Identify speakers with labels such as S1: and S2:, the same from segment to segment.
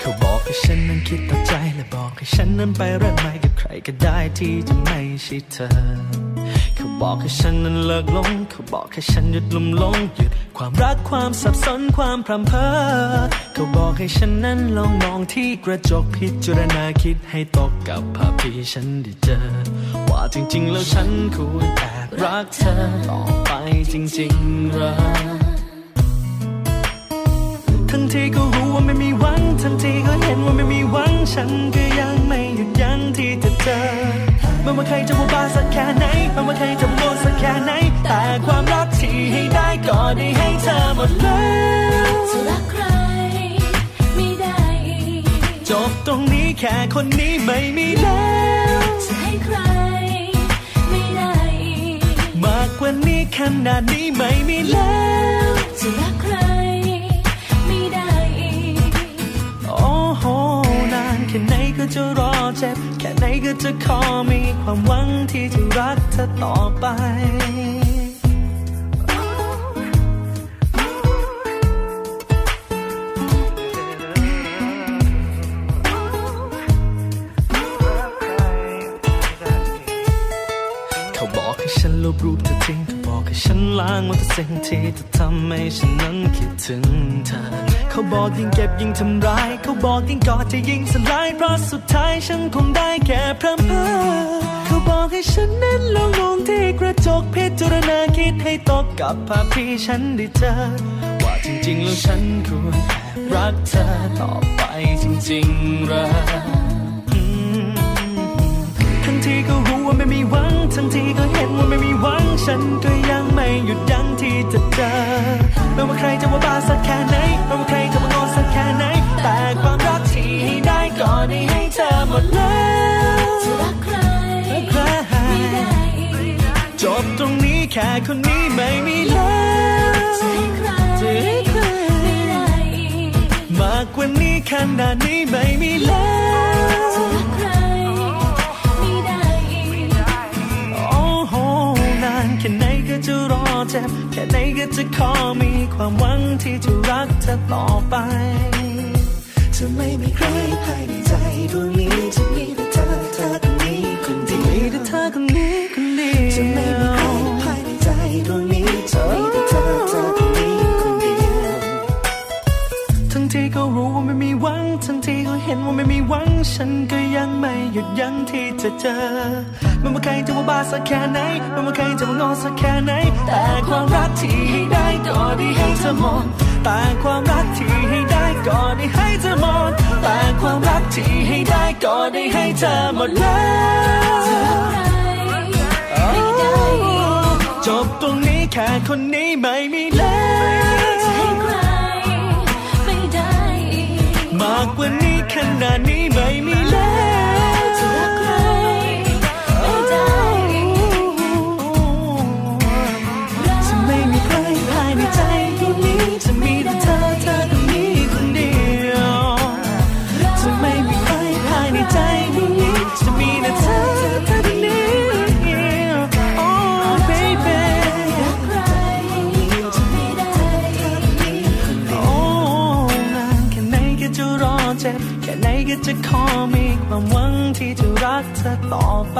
S1: เขาบอกให้ฉันนั้นคิดต่อใจและบอกให้ฉันนั้นไปเริ่มใหม่กับใครก็ได้ที่จะไม่ใช่เธอ เขาบอกให้ฉันนั้นเลิกหลง เขาบอกให้ฉันหยุดหลุ่มหลงหยุดความรักความสับสนความพรำเพอเขาบอกให้ฉันนั้นลองมองที่กระจกพิจารณาคิดให้ตกกับภาพที่ฉันได้เจอ ว่าจริงๆแล้วฉันควรแอบรักเธอต่อไปจริงๆเหรัก ทั้งที่ก็รู้ว่าไม่มีหวัง ทั้งที่ก็เห็นว่าไม่มีหวัง ฉันก็ยังไม่หยุดยั้งที่จะเจอไม่ว่าใครจะว่าบ้าสักแค่ไหนไม่ว่าใครจะโง่สักแค่ไหน แต่ความรักที่ให้ได้ก็ได้ให้เธอหมดแล้ว
S2: จะรักใครไม่ได้อีก
S1: จบตรงนี้แค่คนนี้ไม่มีแล้ว
S2: จะให้ใครไม่ได้อีก
S1: มากกว่านี้ขนาดนี้ไม่มีแล้ว
S2: จะรักใครไม่ได้อีก
S1: โอ้โหนานแค่ไหนก็จะรอเจ็บ แค่ไหนก็จะขอมีความหวังที่จะรักเธอต่อไป เขาบอกให้ฉันลบรูปเธอทิ้งเขาบอกให้ฉันล้างมันทุกสิ่งที่เธอทำให้ฉันนั้นคิดถึงเธอ เขาบอกยิ่งเก็บยิ่งทำร้าย เขาบอกยิ่งกอดจะยิ่งสลายเพราะสุดท้ายฉันคงได้แค่พร่ำเพ้อเขาบอกให้ฉันนั้นลองมองที่กระจกพิจารณาคิดให้ตกกับภาพที่ฉันได้เจอ ว่าจริงๆแล้วฉันควรแอบรักเธอต่อไปจริงๆเหรัก ทั้งที่ก็รู้ว่าไม่มีหวัง ทั้งที่ก็เห็นว่าไม่มีหวัง ฉันก็ยังไม่หยุดยั้งที่จะเจอไม่ว่าใครจะว่าบ้าสักแค่ไหนไม่ว่าใครจะว่าโง่สักแค่ไหน แต่ความรักที่ให้ได้ก็ได้ให้เธอหมดแล้ว
S2: จะรักใคร
S1: และใคร
S2: ไม่ได้อีก
S1: จบตรงนี้แค่คนนี้ไม่มีแล้ว
S2: จะให้ใครไม่ได้อีก
S1: มากกว่านี้ขนาดนี้ไม่มีแล้ว
S2: จะรักใครไม่ได้อีก
S1: โอ้โหนานแค่ไหนก็จะรอเจ็บแค่ไหนก็จะขอมีความหวังที่จะรักเธอต่อไป จะไม่มีใครภายในใจดวงนี้จะมีแต่เธอเธอคนนี้คนเดียวมีแต่เธอคนนี้คนเดียวจะไม่มีใครภายในใจดวงนี้จะมีแต่เธอเธอคนนี้คนเดียว ทั้งที่ก็รู้ว่าไม่มีหวัง ทั้งที่ก็เห็นว่าไม่มีหวัง ฉันก็ยังไม่หยุดยั้งที่จะเจอไม่ว่าใครจะว่าบ้าสักแค่ไหนไม่ว่าใครจะว่างอสักแค่ไหน แต่ความรักที่ให้ได้ก็ได้ให้เธอหมดแต่ความรักที่ให้ได้ก็ได้ให้เธอหมดแต่ความรักที่ให้ได้ก็ได้ให้เธอหมดแล้ว
S2: ใครไม่ได้อีก
S1: จบตรงนี้แค่คนนี้ไม่มีแล้ว
S2: ให้ใครไม่ได้อีก
S1: มากกว่านี้ขนาดนี้ไม่มีแล้ว
S2: จะรักใครไม่ได้อีก
S1: จะไม่มีใครภายในใจดวงนี้จะมีแต่เธอเธอคนนี้คนเดียวจะไม่มีใครภายในใจดวงนี้จะมีแต่เธอเธอคนนี้คนเดียว Oh baby
S2: ใครไม่ได้อีก
S1: Oh นานแค่ไหนก็จะรอเจ็บแค่ไหนก็จะขอมีความหวังที่จะรักเธอต่อไป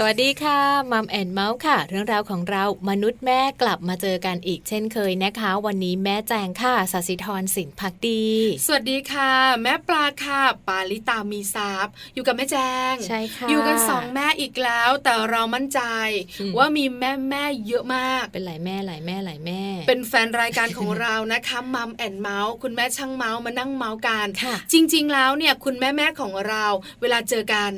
S3: สวัสดีค่ะมัมแอนเมาส์ค่ะ เรื่องราวของเรามนุษย์แม่กลับมาเจอกันอีกเช่นเคยนะคะ วันนี้แม่แจงค่ะสศิธรสินพักดี
S4: สวัสดีค่ะ แม่ปลาค่ะ ปาลิตามีซับอยู่กับแม่แจง
S3: ใช่ค่ะ
S4: อยู่กันสองแม่อีกแล้ว แต่เรามั่นใจ
S3: อืม
S4: ว่ามีแม่แม่ๆเยอะมาก
S3: เป็นหลายแม่หลายแม่หลายแม่
S4: เป็นแฟนรายการของเรานะคะ มัมแอนเมาส์คุณแม่ช่างเมาส์มานั่งเมาส์กัน
S3: ค่ะ
S4: จริง ๆ แล้วเนี่ยคุณแม่แม่ๆของเรา เวลาเจอกัน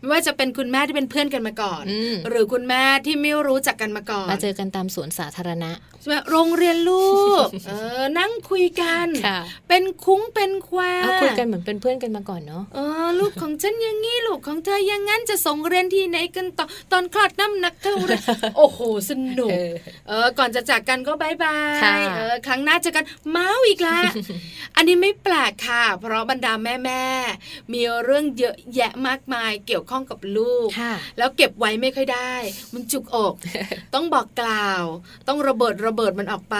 S4: ไม่ว่าจะเป็นคุณแม่ที่เป็นเพื่อนกันมาก่อน
S3: อืม
S4: หรือคุณแม่ที่ไม่รู้จักกันมาก่อน
S3: มาเจอกันตามสวนสาธารณะ
S4: ใช่ไหมโรงเรียนลูก เออนั่งคุยกัน
S3: ค่ะ
S4: เป็นคุ้งเป็นควา
S3: อ่ะคุยกันเหมือนเป็นเพื่อนกันมาก่อนเนาะ
S4: เออลูกของฉันอย่างงี้ลูกของเธออย่างงั้นจะส่งเรียนที่ไหนกันต่อตอนคลอดน้ำหนักเท่าไหร โอ้โหสนุก เออก่อนจะจากกันก็บายบาย
S3: ค่ะ
S4: เออครั้งหน้าเจอกันเมาอีกละ อันนี้ไม่แปลกค่ะ เพราะบรรดาแม่แม่ๆมีเรื่องเยอะแยะมากมายเกี่ยวข้องกับลูก
S3: ค่ะ
S4: แล้วเก็บไว้ไม่ค่อยได้ มันจุกอก ต้องบอกกล่าว ต้องระเบิดระเบิดมันออกไป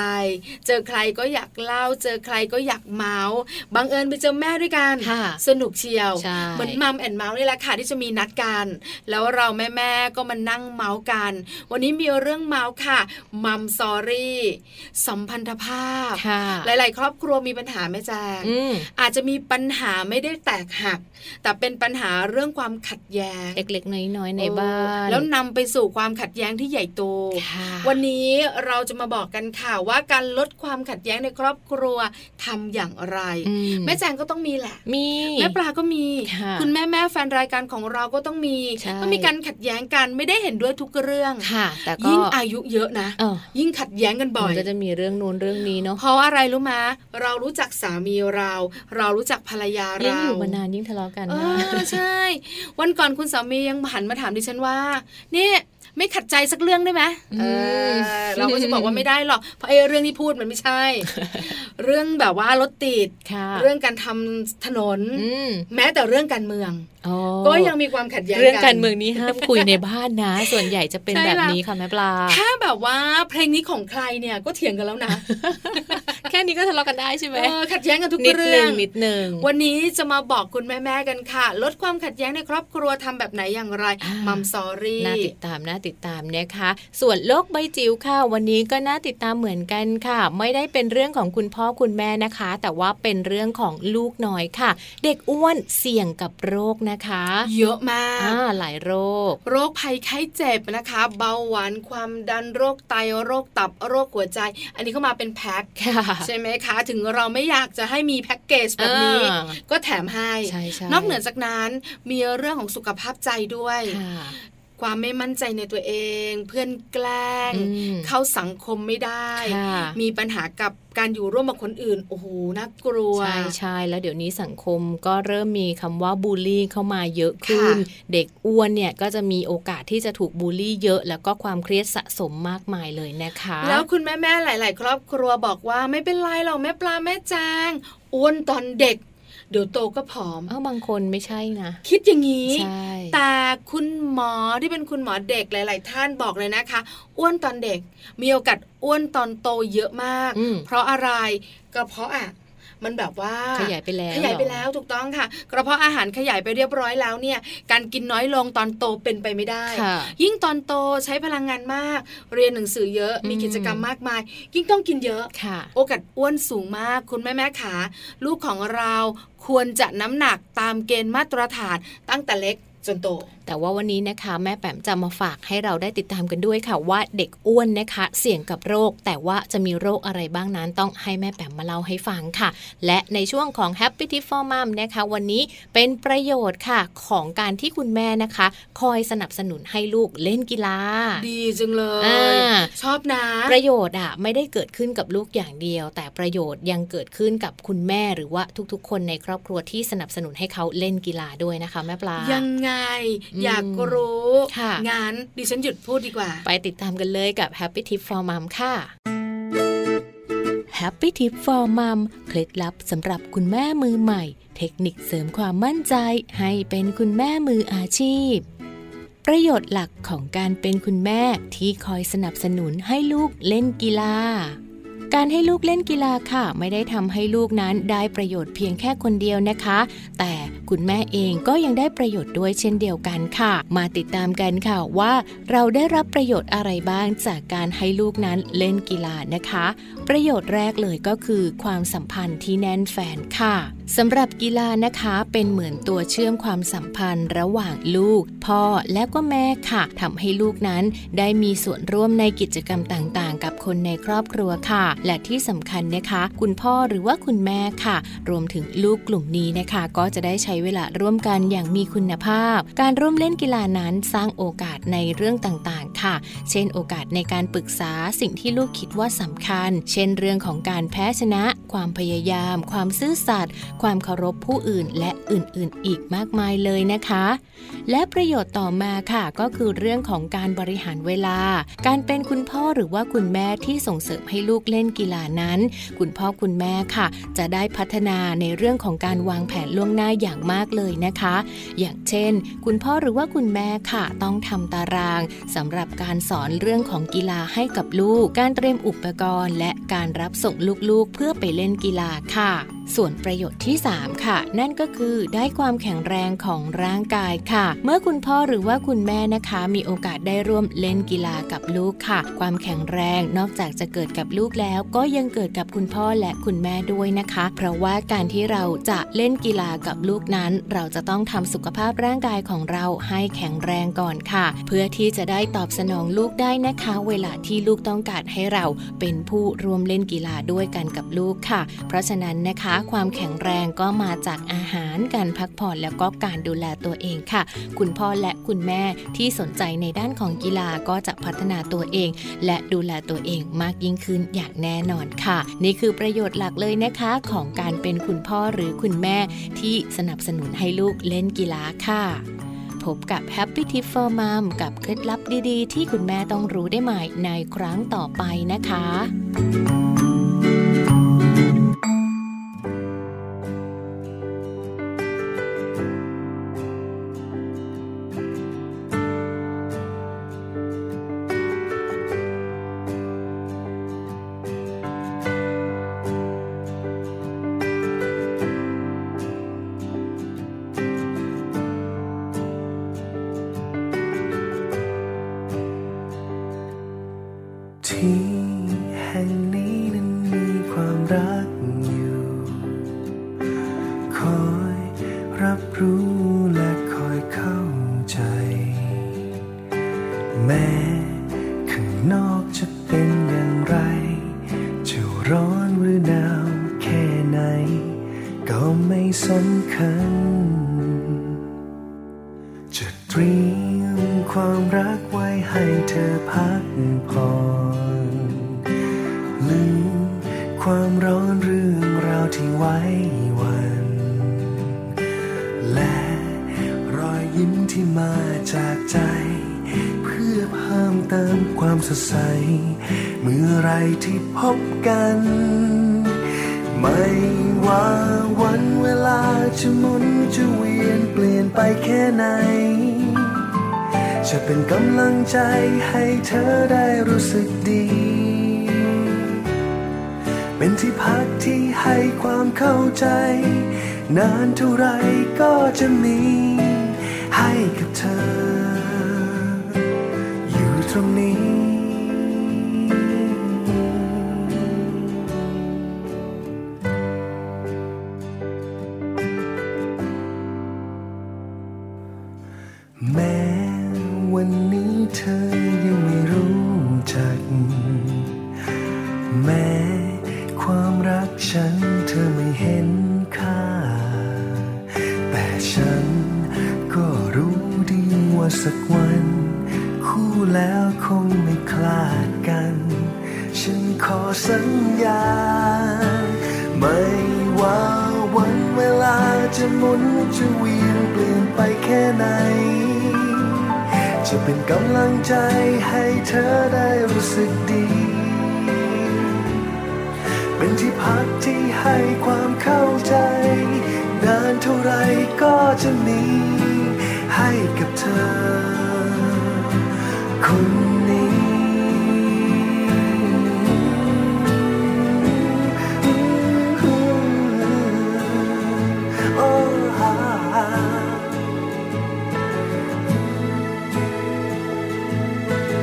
S4: เจอใครก็อยากเล่า เจอใครก็อยากเมาส์บังเอิญไปเจอแม่ด้วยกัน
S3: ค่ะ
S4: สนุกเชียว
S3: ใช่
S4: เหมือนมัมแอนเมาส์นี่แหละค่ะที่จะมีนัดกัน แล้วเราแม่ๆก็มานั่งเมาส์กัน วันนี้มีเรื่องเมาส์ค่ะมัมซอรี่สัมพันธภาพ
S3: ค่ะ
S4: หลายๆ ครอบครัวมีปัญหาแม่แจง
S3: อืม
S4: อาจจะมีปัญหาไม่ได้แตกหัก แต่เป็นปัญหาเรื่องความขัดแย้ง
S3: เล็กๆน้อยๆในบ้าน
S4: แล้วนำไปสู่ความขัดแย้งที่ใหญ่โต
S3: ค่ะ
S4: วันนี้เราจะมาบอกกันค่ะว่าการลดความขัดแย้งในครอบครัวทำอย่างไร
S3: อื
S4: แม่แจงก็ต้องมีแหละ
S3: มี
S4: แม่ปลาก็มี
S3: ค่ะ
S4: ณแม่แม่แฟนรายการของเราก็ต้องมี
S3: ใช่
S4: ต้องมีการขัดแย้งกันไม่ได้เห็นด้วยทุกเรื่อง
S3: ค่ะ แต่ก็
S4: ยิ่งอายุเยอะนะ
S3: เออ
S4: ยิ่งขัดแย้งกันบ่อย
S3: มันก็จะมีเรื่องนู้นเรื่องนี้เนาะ
S4: เพราะอะไรรู้มาเรารู้จักสามีเรา เรารู้จักภรรยา
S3: ยิ่ง
S4: เราย
S3: อยู่มานานยิ่งทะเลาะกัน
S4: เอ
S3: นะ
S4: อใช่ วันก่อนคุณสามียังหันมาถามดิฉันว่า เนี่ยไม่ขัดใจสักเรื่องได้ไหมเออเราก็จะบอกว่าไม่ได้หรอกเพราะไอ้เรื่องที่พูดมันไม่ใช่ เรื่องแบบว่ารถติด
S3: ค่ะ
S4: เรื่องการทำถนน
S3: อืม
S4: แม้แต่เรื่องการเมือง
S3: อ๋อ
S4: ก็ยังมีความขัดแย้งกัน
S3: เรื่องการเมืองนี้ห้ามคุยในบ้านนะ ส่วนใหญ่จะเป็น
S4: ใช่
S3: แบบ
S4: ละ
S3: นี้ค่ะแม่ปลา
S4: แค่แบบว่าเพลงนี้ของใครเนี่ยก็เถียงกันแล้วนะ
S3: แค่นี้ก็ทะเลาะกันได้ใช่ไหม
S4: เออขัดแย้งกันทุก
S3: นิดห
S4: เรื่
S3: นึ่
S4: อง ง
S3: นิดหนึ่ง
S4: วันนี้จะมาบอกคุณแม่ ๆ กันค่ะ ลดความขัดแย้งในครอบครัวทำแบบไหนอย่างไร
S3: อ่ามั
S4: มัมซอรี่
S3: น่าติดตามน่าติดตามนะคะ ส่วนโลกใบจิ๋วค่ะ วันนี้ก็น่าติดตามเหมือนกันค่ะ ไม่ได้เป็นเรื่องของคุณพ่อคุณแม่นะคะ แต่ว่าเป็นเรื่องของลูกน้อยค่ะ เด็กอ้วนเสี่ยงกับโรคนะคะ
S4: เยอะมา
S3: อ่าก หลายโรค
S4: โรคภัยไข้เจ็บนะคะ เบาหวานความดันโรคไตโรคตับโรคหัวใจ อันนี้เข้ามาเป็นแพ็ค
S3: ค่ะ
S4: ใช่ไหมคะ ถึงเราไม่อยากจะให้มีแพ็กเกจแบบนี้
S3: อ่า
S4: ก็แถมให้
S3: ใช่ใช่
S4: นอกเหนือจากนั้นมีเรื่องของสุขภาพใจด้วย
S3: ค่ะ
S4: ความไม่มั่นใจในตัวเอง เพื่อนแกล้ง
S3: อืม
S4: เข้าสังคมไม่ได้
S3: ค่ะ
S4: มีปัญหากับการอยู่ร่วมกับคนอื่น โอ้โหน่ากลัว
S3: ใช่ใช่แล้วเดี๋ยวนี้สังคมก็เริ่มมีคำว่าบูลลี่เข้ามาเยอะขึ้น
S4: ค่ะ
S3: เด็กอ้วนเนี่ยก็จะมีโอกาสที่จะถูกบูลลี่เยอะ แล้วก็ความเครียดสะสมมากมายเลยนะคะ
S4: แล้วคุณแม่ ๆ หลาย ๆ ครอบครัวบอกว่าไม่เป็นไรหรอกแม่ปลาแม่แจงอ้วนตอนเด็ก เดี๋ยวโตก็ผอม
S3: เอ้าบางคนไม่ใช่นะ
S4: คิดอย่างนี้
S3: ใช่
S4: แต่คุณหมอที่เป็นคุณหมอเด็กหลาย ๆ ท่านบอกเลยนะคะ อ้วนตอนเด็ก มีโอกาสอ้วนตอนโตเยอะมาก
S3: อืม
S4: เพราะอะไรกระเพาะอ่ะมันแบบว่า
S3: ขยายไปแล้ว
S4: ขยายไปแล้วถูกต้องค่ะ กระเพาะอาหารขยายไปเรียบร้อยแล้วเนี่ย การกินน้อยลงตอนโตเป็นไปไม่ได้
S3: ค่ะ
S4: ยิ่งตอนโตใช้พลังงานมาก เรียนหนังสือเยอะ
S3: อืม
S4: มีกิจกรรมมากมาย ยิ่งต้องกินเยอะ
S3: ค่ะ
S4: โอกาสอ้วนสูงมาก คุณแม่แม่ขา ลูกของเราควรจะน้ำหนักตามเกณฑ์มาตรฐานตั้งแต่เล็กจนโต
S3: แต่ว่าวันนี้นะคะ แม่แปมจะมาฝากให้เราได้ติดตามกันด้วยค่ะ ว่าเด็กอ้วนนะคะ เสี่ยงกับโรค แต่ว่าจะมีโรคอะไรบ้างนั้นต้องให้แม่แปมมาเล่าให้ฟังค่ะ และในช่วงของ Happy Tip for Mom นะคะ วันนี้เป็นประโยชน์ค่ะของการที่คุณแม่นะคะ คอยสนับสนุนให้ลูกเล่นกีฬา
S4: ดีจังเล
S3: อ่
S4: ย
S3: า
S4: ชอบนะ
S3: ประโยชน์อ่ะไม่ได้เกิดขึ้นกับลูกอย่างเดียว แต่ประโยชน์ยังเกิดขึ้นกับคุณแม่หรือว่าทุกๆ คนในครอบครัวที่สนับสนุนให้เขาเล่นกีฬาด้วยนะคะ แม่ปลา
S4: ยังไง
S3: อืม
S4: อยากรู้
S3: ค่ะ
S4: งานดิฉันหยุดพูดดีกว่า
S3: ไปติดตามกันเลยกับ Happy Tip for Mom ค่ะ Happy Tip for Mom เคล็ดลับสำหรับคุณแม่มือใหม่ เทคนิคเสริมความมั่นใจให้เป็นคุณแม่มืออาชีพ ประโยชน์หลักของการเป็นคุณแม่ที่คอยสนับสนุนให้ลูกเล่นกีฬา การให้ลูกเล่นกีฬาค่ะ ไม่ได้ทำให้ลูกนั้นได้ประโยชน์เพียงแค่คนเดียวนะคะ แต่คุณแม่เองก็ยังได้ประโยชน์ด้วยเช่นเดียวกันค่ะ มาติดตามกันค่ะว่า เราได้รับประโยชน์อะไรบ้างจากการให้ลูกนั้นเล่นกีฬานะคะ ประโยชน์แรกเลยก็คือ ความสัมพันธ์ที่แน่นแฟนค่ะ สำหรับกีฬานะคะเป็นเหมือนตัวเชื่อมความสัมพันธ์ระหว่างลูก พ่อและก็แม่ค่ะทำให้ลูกนั้นได้มีส่วนร่วมในกิจกรรมต่างๆ กับคนในครอบครัวค่ะ และที่สำคัญนะคะ คุณพ่อหรือว่าคุณแม่ค่ะ รวมถึงลูกกลุ่มนี้นะคะ ก็จะได้ใช้เวลาร่วมกันอย่างมีคุณภาพ การร่วมเล่นกีฬานั้นสร้างโอกาสในเรื่องต่างๆ ค่ะ เช่นโอกาสในการปรึกษาสิ่งที่ลูกคิดว่าสำคัญ เช่นเรื่องของการแพ้ชนะ ความพยายาม ความซื่อสัตย์ความเคารพผู้อื่นและอื่นๆ อีกมากมายเลยนะคะ และประโยชน์ต่อมาค่ะ ก็คือเรื่องของการบริหารเวลา การเป็นคุณพ่อหรือว่าคุณแม่ที่ส่งเสริมให้ลูกเล่นกีฬานั้น คุณพ่อคุณแม่ค่ะ จะได้พัฒนาในเรื่องของการวางแผนล่วงหน้าอย่างมากเลยนะคะ อย่างเช่น คุณพ่อหรือว่าคุณแม่ค่ะ ต้องทำตารางสำหรับการสอนเรื่องของกีฬาให้กับลูก การเตรียมอุปกรณ์ และการรับส่งลูกๆ เพื่อไปเล่นกีฬาค่ะ ส่วนประโยชน์ที่ 3 ค่ะ นั่นก็คือได้ความแข็งแรงของร่างกายค่ะ เมื่อคุณพ่อหรือว่าคุณแม่นะคะ มีโอกาสได้ร่วมเล่นกีฬากับลูกค่ะ ความแข็งแรงนอกจากจะเกิดกับลูกแล้ว ก็ยังเกิดกับคุณพ่อและคุณแม่ด้วยนะคะ เพราะว่าการที่เราจะเล่นกีฬากับลูกนั้น เราจะต้องทำสุขภาพร่างกายของเราให้แข็งแรงก่อนค่ะ เพื่อที่จะได้ตอบสนองลูกได้นะคะ เวลาที่ลูกต้องการให้เราเป็นผู้ร่วมเล่นกีฬาด้วยกันกับลูกค่ะ เพราะฉะนั้นนะคะ ความแข็งแรงก็มาจากอาหารการพักผ่อนแล้วก็การดูแลตัวเองค่ะ คุณพ่อและคุณแม่ที่สนใจในด้านของกีฬาก็จะพัฒนาตัวเอง และดูแลตัวเองมากยิ่งขึ้นอย่างแน่นอนค่ะ นี่คือประโยชน์หลักเลยนะคะ ของการเป็นคุณพ่อหรือคุณแม่ที่สนับสนุนให้ลูกเล่นกีฬาค่ะ พบกับ Happy Tip for Mom กับเคล็ดลับดีๆ ที่คุณแม่ต้องรู้ได้ใหม่ในครั้งต่อไปนะคะ
S1: ที่แห่งนี้นั้นมีความรักอยู่ คอยรับรู้และคอยเข้าใจ แม้ข้างนอกจะเป็นอย่างไร จะร้อนหรือหนาวแค่ไหน ก็ไม่สำคัญ จะเตรียมความรักไว้ให้เธอพักผ่อนลืมความร้อนเรื่องราวที่ไว้วัน และรอยยิ้มที่มาจากใจ เพื่อเพิ่มเติมความสดใส เมื่อไรที่พบกัน ไม่ว่าวันเวลาจะหมุนจะเวียนเปลี่ยนไปแค่ไหน จะเป็นกำลังใจให้เธอได้รู้สึกดี เป็นที่พักที่ให้ความเข้าใจ นานเท่าไรก็จะมี ให้กับเธอ อยู่ตรงนี้ แม้วันนี้เธอยังไม่รู้จัก แม้ความรักฉันเธอไม่เห็นค่า แต่ฉันก็รู้ดีว่าสักวัน คู่แล้วคงไม่คลาดกัน ฉันขอสัญญา ไม่ว่าวันเวลาจะหมุนจะเวียนเปลี่ยนไปแค่ไหน จะเป็นกำลังใจให้เธอได้รู้สึกดี เป็นที่พักที่ให้ความเข้าใจ นานเท่าไรก็จะมีให้กับเธอ คนนี้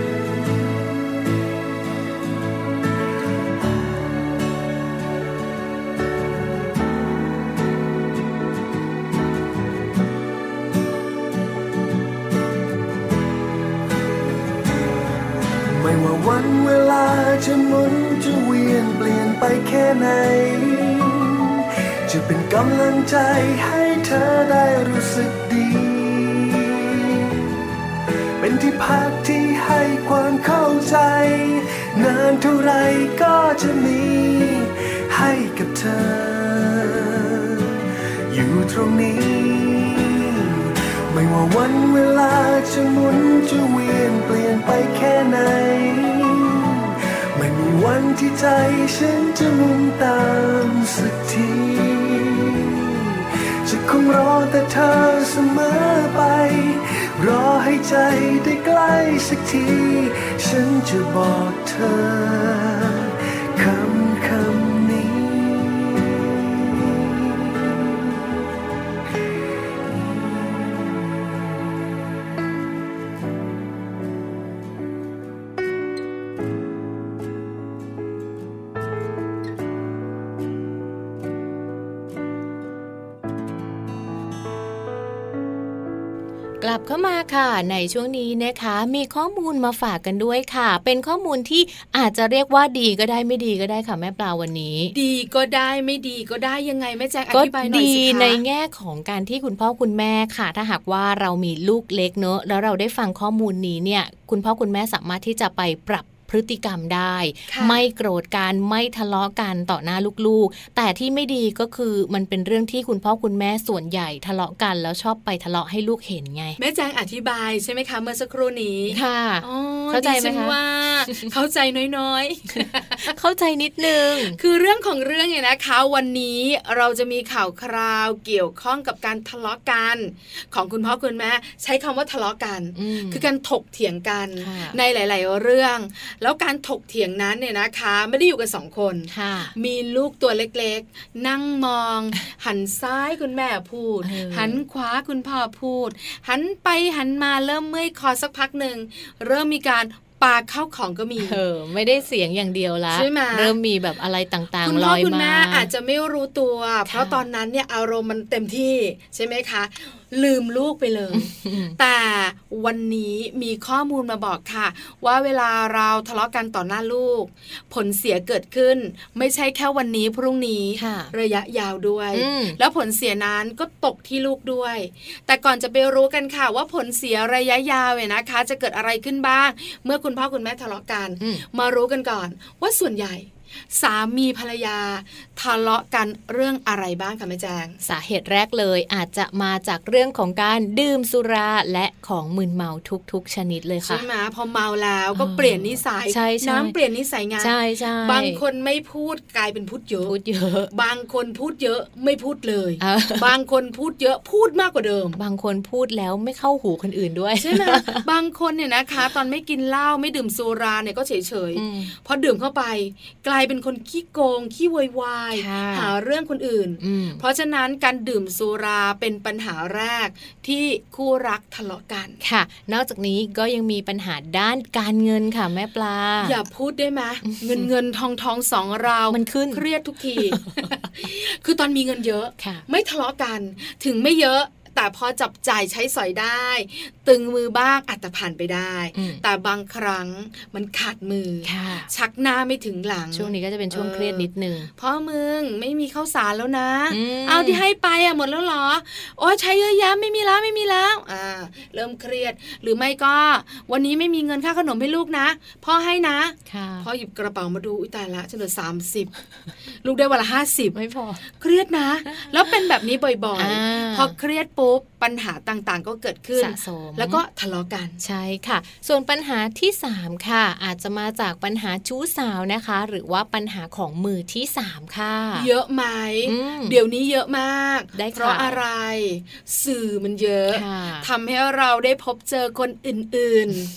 S1: เ วันเวลาจะหมุนจะเวียนเปลี่ยนไปแค่ไหน จะเป็นกำลังใจให้เธอได้รู้สึกดี เป็นที่พักที่ให้ความเข้าใจ นานเท่าไรก็จะมีให้กับเธอ อยู่ตรงนี้ ไม่ว่าวันเวลาจะหมุนจะเวียนเปลี่ยนไปแค่ไหน ไม่มีวันที่ใจฉันจะหมุนตามสักที จะคงรอแต่เธอเสมอไป รอให้ใจได้ใกล้สักที ฉันจะบอกเธอคำคำนี้
S3: กลับเข้ามาค่ะ ในช่วงนี้นะคะ มีข้อมูลมาฝากกันด้วยค่ะ เป็นข้อมูลที่อาจจะเรียกว่าดีก็ได้ไม่ดีก็ได้ค่ะแม่ปลาวันนี้
S4: ดีก็ได้ไม่ดีก็ได้ยังไงแม่แจงอ
S3: ก็
S4: ธิบายหน่อย
S3: ดี
S4: สิคะ
S3: ในแง่ของการที่คุณพ่อคุณแม่ค่ะ ถ้าหากว่าเรามีลูกเล็กเนอะแล้วเราได้ฟังข้อมูลนี้เนี่ย คุณพ่อคุณแม่สามารถที่จะไปปรับพฤติกรรมได้
S4: ค่ะ
S3: ไม่โกรธกันไม่ทะเลาะกันต่อหน้าลูกๆ แต่ที่ไม่ดีก็คือมันเป็นเรื่องที่คุณพ่อคุณแม่ส่วนใหญ่ทะเลาะกันแล้วชอบไปทะเลาะให้ลูกเห็นไง
S4: แม่แจงอธิบายใช่ไหมคะเมื่อสักครู่นี้
S3: ค่ะ
S4: อ๋อ
S3: เข้าใจไหมคะ
S4: ดิฉันว่า เข้าใจน้อย
S3: เข้าใจนิดนึง
S4: ๆ คือเรื่องของเรื่องเนี่ยนะคะ วันนี้เราจะมีข่าวคราวเกี่ยวข้องกับการทะเลาะกัน ของคุณพ่อคุณแม่ใช้คำว่าทะเลาะกัน
S3: ม
S4: คือการถกเถียงกัน
S3: ค่ะ
S4: ในหลาย ๆ เรื่อง แล้วการถกเถียงนั้นเนี่ยนะคะ ไม่ได้อยู่กันสองคน
S3: ค่ะ
S4: มีลูกตัวเล็กๆ นั่งมอง หันซ้ายคุณแม่พูด
S3: เออ
S4: หันขวาคุณพ่อพูด หันไปหันมาเริ่มเมื่อยคอสักพักหนึ่ง เริ่มมีการปาเข้าของก็มี
S3: เออไม่ได้เสียงอย่างเดียวละ
S4: ใช่ไหม
S3: เริ่มมีแบบอะไรต่าง
S4: คุณ
S3: ๆล
S4: พ่อ
S3: อย
S4: คุณ
S3: มา
S4: แม่อาจจะไม่รู้ตัว เพราะตอนนั้นเนี่ยอารมณ์มันเต็มที่ใช่ไหมคะ ลืมลูกไป เลย แต่วันนี้มีข้อมูลมาบอกค่ะ ว่าเวลาเราทะเลาะกันต่อหน้าลูก ผลเสียเกิดขึ้น ไม่ใช่แค่วันนี้พรุ่งนี้
S3: ค่ะ
S4: ระยะยาวด้วย
S3: อืม
S4: แล้วผลเสียนั้นก็ตกที่ลูกด้วย แต่ก่อนจะไปรู้กันค่ะ ว่าผลเสียระยะยาวเนี่ยนะคะ จะเกิดอะไรขึ้นบ้าง เมื่อคุณพ่อคุณแม่ทะเลาะกัน
S3: อืม
S4: มารู้กันก่อนว่าส่วนใหญ่ สามีภรรยา ทะเลาะกันเรื่องอะไรบ้างคะแม่แจง
S3: สาเหตุแรกเลยอาจจะมาจากเรื่องของการดื่มสุราและของมึนเมาทุกๆ ชนิดเลย
S4: ใช่
S3: ค่ะ
S4: ไหมพอเมาแล้วก็
S3: อ่า
S4: เปลี่ยนนิสัย
S3: ใช่ใช่
S4: น้ำเปลี่ยนนิสัยงาน
S3: ใช่ใช่
S4: บางคนไม่พูดกลายเป็นพูดเยอะ
S3: พูดเยอะ
S4: บางคนพูดเยอะไม่พูดเลย
S3: เออบ
S4: างคนพูดเยอะพูดมากกว่าเดิม
S3: บางคนพูดแล้วไม่เข้าหูคนอื่นด้วย
S4: ใช่ไหม บางคนเนี่ยนะคะ ตอนไม่กินเหล้าไม่ดื่มสุราเนี่ยก็เฉยเฉยๆ
S3: อืม
S4: พอดื่มเข้าไป กลายเป็นคนขี้โกงขี้โวยวาย
S3: ค่ะ
S4: หาเรื่องคนอื่น
S3: อืม
S4: เพราะฉะนั้นการดื่มสุราเป็นปัญหาแรกที่คู่รักทะเลาะกัน
S3: ค่ะ นอกจากนี้ก็ยังมีปัญหาด้านการเงินค่ะแม่ปลา
S4: อย่าพูดได้ไหมเงินเงินทองทองสองเรามัน
S3: ขึ้น
S4: เครียดทุก ที คือตอนมีเงินเยอะ
S3: ค่ะ
S4: ไม่ทะเลาะกัน ถึงไม่เยอะ แต่พอจับจ่ายใช้สอยได้ ตึงมือบ้างอาจจะผ่านไปได้
S3: อืม
S4: แต่บางครั้งมันขาดมือ
S3: ค่ะ
S4: ชักหน้าไม่ถึงหลัง
S3: ช่วงนี้ก็จะเป็นช่วง
S4: เออ
S3: เครียดนิดนึง
S4: พ่อมึงไม่มีข้าวสารแล้วนะ
S3: อืม
S4: เอาที่ให้ไปอ่ะหมดแล้วเหรอ โอ้ใช้เยอะแยะไม่มีแล้วไม่มีแล้วอ่าเริ่มเครียด หรือไม่ก็ วันนี้ไม่มีเงินค่าขนมให้ลูกนะ พ่อให้นะ
S3: ค่ะ
S4: พ่อหยิบกระเป๋ามาดูอุ้ยตายละฉันเหลือสามสิบลูกได้วันละห้าสิบ
S3: ไม่พอ
S4: เครียดนะ แล้วเป็นแบบนี้บ่อย
S3: อ่า
S4: ๆ พอเครียดปุ๊บปัญหาต่างๆ ก็เกิดขึ้น
S3: สะสม
S4: แล้วก็ทะเลาะกัน
S3: ใช่ค่ะ ส่วนปัญหาที่ 3 ค่ะ อาจจะมาจากปัญหาชู้สาวนะคะ หรือว่าปัญหาของมือที่ 3 ค่ะ
S4: เยอะไหม
S3: อืม
S4: เดี๋ยวนี้เยอะมาก
S3: ได้
S4: เพราะ
S3: ข่าว
S4: อะไร สื่อมันเยอะ
S3: ค่ะ
S4: ทำให้เราได้พบเจอคนอื่นๆ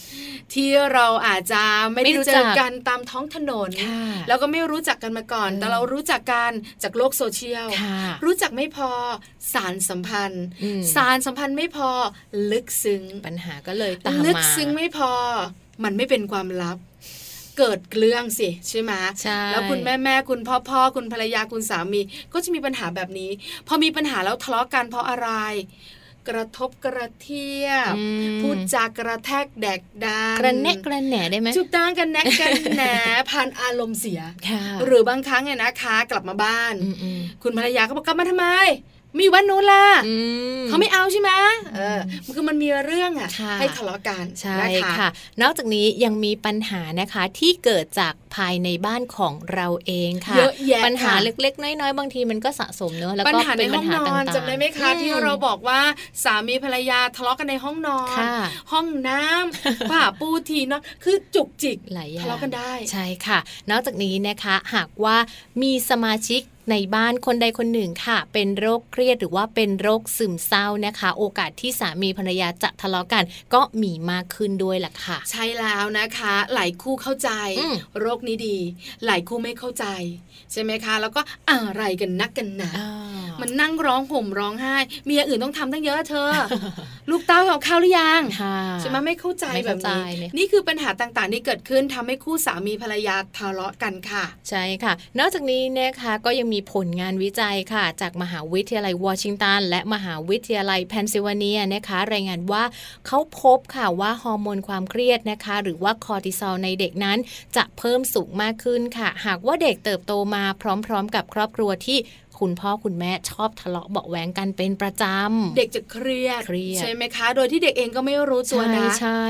S4: ที่เราอาจจะไม่
S3: ไม่
S4: ได้
S3: รู้
S4: เจ
S3: จั
S4: อก กันตามท้องถนน
S3: ค่ะ
S4: แล้วก็ไม่รู้จักกันมาก่อน
S3: เออ
S4: แต่เรารู้จักกันจากโลกโซเชียล
S3: ค่ะ
S4: รู้จักไม่พอสารสัมพันธ์
S3: อืม
S4: สารสัมพันธ์ไม่พอลึกซึ้ง
S3: ปัญหาก็เลยตาม
S4: ลึก
S3: มา
S4: ซึ้งไม่พอ มันไม่เป็นความลับ เกิดเรื่องสิใช่ไหม
S3: ใช่
S4: แล้วคุณแม่แม่คุณพ่อพ่อคุณภรรยาคุณสามี ก็จะมีปัญหาแบบนี้ พอมีปัญหาแล้วทะเลาะกันเพราะอะไร กระทบกระเทียบ
S3: อืม
S4: พูดจากระแทกแดกดัน
S3: กระแนะกระแหน่ได้ไหม
S4: จุกตั้งกันแนะกันแหนพันอารมณ์เสีย
S3: ค่ะ
S4: หรือบางครั้งเนี่ยนะคะ กลับมาบ้าน
S3: มอืม
S4: คุณภรรยาก็บอกกลับมาทำไม มีวันโน้นล่ะ
S3: อืม
S4: เขาไม่เอาใช่ไหมเออมันคือมันมีเรื่องอ่ะ
S3: ค่ะ
S4: ให้ทะเลาะกัน
S3: ใช่
S4: น
S3: ค่ะ นอกจากนี้ยังมีปัญหานะคะที่เกิดจากภายในบ้านของเราเองค่ะ
S4: เยอะแยะ
S3: ปัญหา
S4: ค่ะ
S3: เล็กๆ น้อยๆ บางทีมันก็สะสมเนอะแล้ว
S4: ปัญ
S3: ก็
S4: หาใน
S3: เป็น
S4: ห้
S3: ปัญหา
S4: อง
S3: น
S4: อ
S3: ต่าง
S4: น
S3: ๆ
S4: จำได้ไหมคะ ที่เราบอกว่าสามีภรรยาทะเลาะกันในห้องนอน
S3: ค่ะ
S4: ห้องน้ำ ผ้าปูที่นอนคือจุกจิก
S3: หลายอย่าง
S4: ทะเลาะกันได้
S3: ใช่ค่ะ นอกจากนี้นะคะ หากว่ามีสมาชิกในบ้านคนใดคนหนึ่งค่ะ เป็นโรคเครียดหรือว่าเป็นโรคซึมเศร้านะคะ โอกาสที่สามีภรรยาจะทะเลาะกันก็มีมากขึ้นด้วยล่ะค่ะ
S4: ใช่แล้วนะคะ หลายคู่เข้าใจ
S3: อืม
S4: โรคนี้ดี หลายคู่ไม่เข้าใจ ใช่ไหมคะ แล้วก็อะไรกันนักกันหนา
S3: อ่า
S4: มันนั่งร้องห่มร้องไห้ มีอย่างอื่นต้องทำตั้งเยอะเธอ ลูกเต้าเอาข้าวหรือยัง
S3: ค่ะ
S4: ใช่ไหมไม่เข้าใจ
S3: ไม่
S4: แบบ
S3: เข้าใจ
S4: นี้
S3: ไม่เข้า
S4: นี่คือปัญหาต่างๆที่เกิดขึ้นทำให้คู่สามีภรรยาทะเลาะกันค่ะ
S3: ใช่ค่ะ นอกจากนี้นะคะก็ยังมีผลงานวิจัยค่ะ จากมหาวิทยาลัยวอชิงตัน และมหาวิทยาลัยเพนซิลเวเนียนะคะ รายงานว่าเขาพบค่ะว่าฮอร์โมนความเครียดนะคะ หรือว่าคอร์ติซอลในเด็กนั้น จะเพิ่มสูงมากขึ้นค่ะ หากว่าเด็กเติบโตมาพร้อมๆ กับครอบครัวที่คุณพ่อคุณแม่ชอบทะเลาะเบาะแหวงกันเป็นประจำ
S4: เด็กจะเครียด
S3: เครียด
S4: ใช่ไหมคะ โดยที่เด็กเองก็ไม่รู้ตัว
S3: ใช่
S4: นะ
S3: ใช่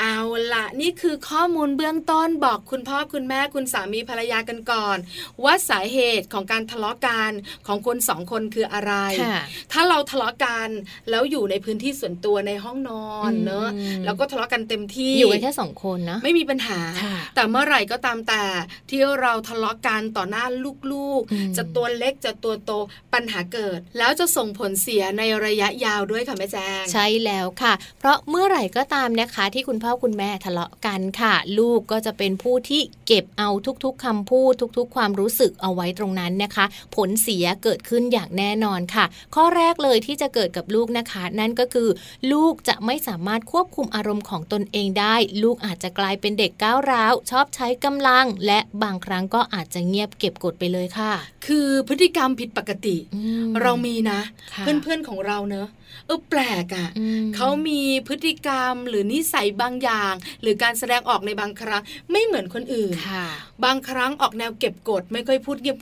S4: เอาละนี่คือข้อมูลเบื้องต้นบอกคุณพ่อคุณแม่คุณสามีภรรยากันก่อน ว่าสาเหตุของการทะเลาะกันของคนสองคนคืออะไร
S3: ค่ะ
S4: ถ้าเราทะเลาะกันแล้วอยู่ในพื้นที่ส่วนตัวในห้องนอน
S3: อืม
S4: เนอะแล้วก็ทะเลาะกันเต็มที่
S3: อยู่กันแค่สองคนนะ
S4: ไม่มีปัญหา
S3: ค่ะ
S4: แต่เมื่อไหร่ก็ตามแต่ที่เราทะเลาะกันต่อหน้าลูก
S3: อืม
S4: ๆ จะตัวเล็กจะตัวโตปัญหาเกิด แล้วจะส่งผลเสียในระยะยาวด้วยค่ะแม่แจง
S3: ใช่แล้วค่ะ เพราะเมื่อไหร่ก็ตามนะคะ ที่คุณพ่อคุณแม่ทะเลาะกันค่ะ ลูกก็จะเป็นผู้ที่เก็บเอาทุกๆคำพูด ทุกๆ ความรู้สึกเอาไว้ตรงนั้นนะคะ ผลเสียเกิดขึ้นอย่างแน่นอนค่ะ ข้อแรกเลยที่จะเกิดกับลูกนะคะ นั่นก็คือ ลูกจะไม่สามารถควบคุมอารมณ์ของตนเองได้ ลูกอาจจะกลายเป็นเด็กก้าวร้าว ชอบใช้กำลัง และบางครั้งก็อาจจะเงียบเก็บกดไปเลยค่ะ
S4: คือพฤติกรรมผิดปกติ
S3: อื
S4: เรามีนะ
S3: ค่ะ
S4: เพื่อนๆของเราเนอะเออแปลกอะ่ะ
S3: อืม
S4: เขามีพฤติกรรมหรือนิสัยบางอย่าง หรือการแสดงออกในบางครั้ง ไม่เหมือนคนอื่น
S3: ค่ะ
S4: บางครั้งออกแนวเก็บกดไม่ค่อยพูดเงี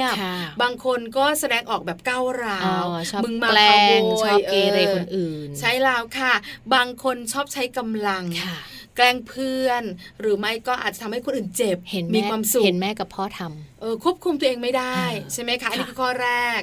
S4: ยบ
S3: ค่ะ
S4: ๆบางคนก็แสดงออกแบบก้าวร้า
S3: อ๋อ
S4: ว
S3: ชอบ
S4: มึงมา
S3: แกล้ง
S4: ขโมย
S3: ชอบเกเร
S4: ออ
S3: คนอื่น
S4: ใช่แล้วค่ะ บางคนชอบใช้กำลัง
S3: ค่ะ
S4: แกล้งเพื่อน หรือไม่ก็อาจจะทำให้คนอื่นเจ็บ
S3: เห็น
S4: มี
S3: แ
S4: ความสุข
S3: เห็นแม่กับพ่อทำ
S4: เออควบคุมตัวเองไม่
S3: อ
S4: ได้
S3: ่า
S4: ใช่ไหมคะอันนี้
S3: ค่ะ
S4: คือข้อแรก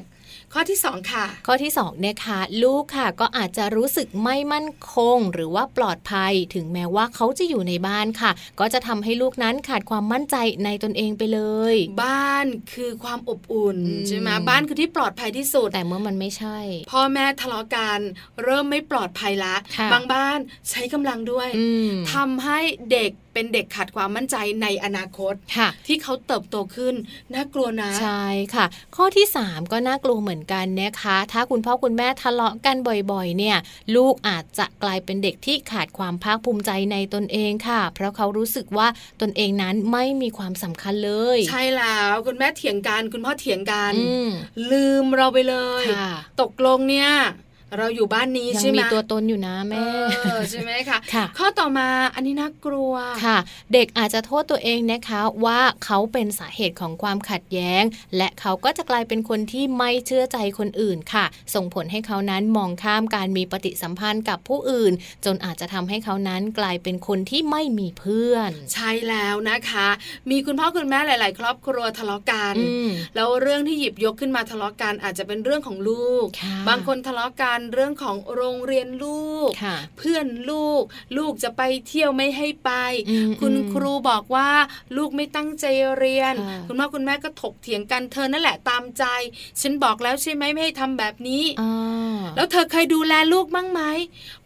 S4: ข้อที่สองค่ะ
S3: ข้อที่2นะคะลูกค่ะก็อาจจะรู้สึกไม่มั่นคง หรือว่าปลอดภัยถึงแม้ว่าเขาจะอยู่ในบ้านค่ะ ก็จะทำให้ลูกนั้นขาดความมั่นใจในตนเองไปเลย
S4: บ้านคือความอบอุ่น
S3: อืม
S4: ใช่ไหมบ้านคือที่ปลอดภัยที่สุด
S3: แต่เมื่อมันไม่ใช่
S4: พ่อแม่ทะเลาะกันเริ่มไม่ปลอดภัยละ
S3: ค่ะ
S4: บางบ้านใช้กำลังด้วย
S3: อืม
S4: ทำให้เด็กเป็นเด็กขาดความมั่นใจในอนาคต
S3: ค่ะ
S4: ที่เขาเติบโตขึ้น น่ากลัวนะ
S3: ใช่ค่ะ ข้อที่ 3 ก็น่ากลัวเหมือนกันนะคะ ถ้าคุณพ่อคุณแม่ทะเลาะกันบ่อยๆ เนี่ย ลูกอาจจะกลายเป็นเด็กที่ขาดความภาคภูมิใจในตนเองค่ะ เพราะเขารู้สึกว่าตนเองนั้นไม่มีความสำคัญเลย
S4: ใช่แล้วคุณแม่เถียงกันคุณพ่อเถียงกัน
S3: อืม
S4: ลืมเราไปเลย
S3: ค่ะ
S4: ตกลงเนี่ย เราอยู่บ้านนี้
S3: ยัง
S4: ใช่ไหม
S3: มีตัวตนอยู่นะแม่
S4: เออใช่ไหมคะ
S3: ค่ะ
S4: ข้อต่อมาอันนี้น่ากลัว
S3: ค่ะ เด็กอาจจะโทษตัวเองนะคะว่าเขาเป็นสาเหตุของความขัดแย้ง และเขาก็จะกลายเป็นคนที่ไม่เชื่อใจคนอื่นค่ะ ส่งผลให้เขานั้นมองข้ามการมีปฏิสัมพันธ์กับผู้อื่น จนอาจจะทำให้เขานั้นกลายเป็นคนที่ไม่มีเพื่อน
S4: ใช่แล้วนะคะ มีคุณพ่อคุณแม่หลาย ๆ ครอบครัวทะเลาะกัน
S3: อืม
S4: แล้วเรื่องที่หยิบยกขึ้นมาทะเลาะกันอาจจะเป็นเรื่องของลูก
S3: ค่ะ
S4: บางคนทะเลาะกันเรื่องของโรงเรียนลูก
S3: ค่ะ
S4: เพื่อนลูก ลูกจะไปเที่ยวไม่ให้ไป
S3: อืม
S4: คุณ
S3: อืม
S4: ครูบอกว่าลูกไม่ตั้งใจเรียน
S3: ค่ะ
S4: คุณพ่อคุณแม่ก็ถกเถียงกันเธอนั่นแหละตามใจ ฉันบอกแล้วใช่ไหมไม่ให้ทำแบบนี้
S3: อ่า
S4: แล้วเธอเคยดูแลลูกบ้างไหม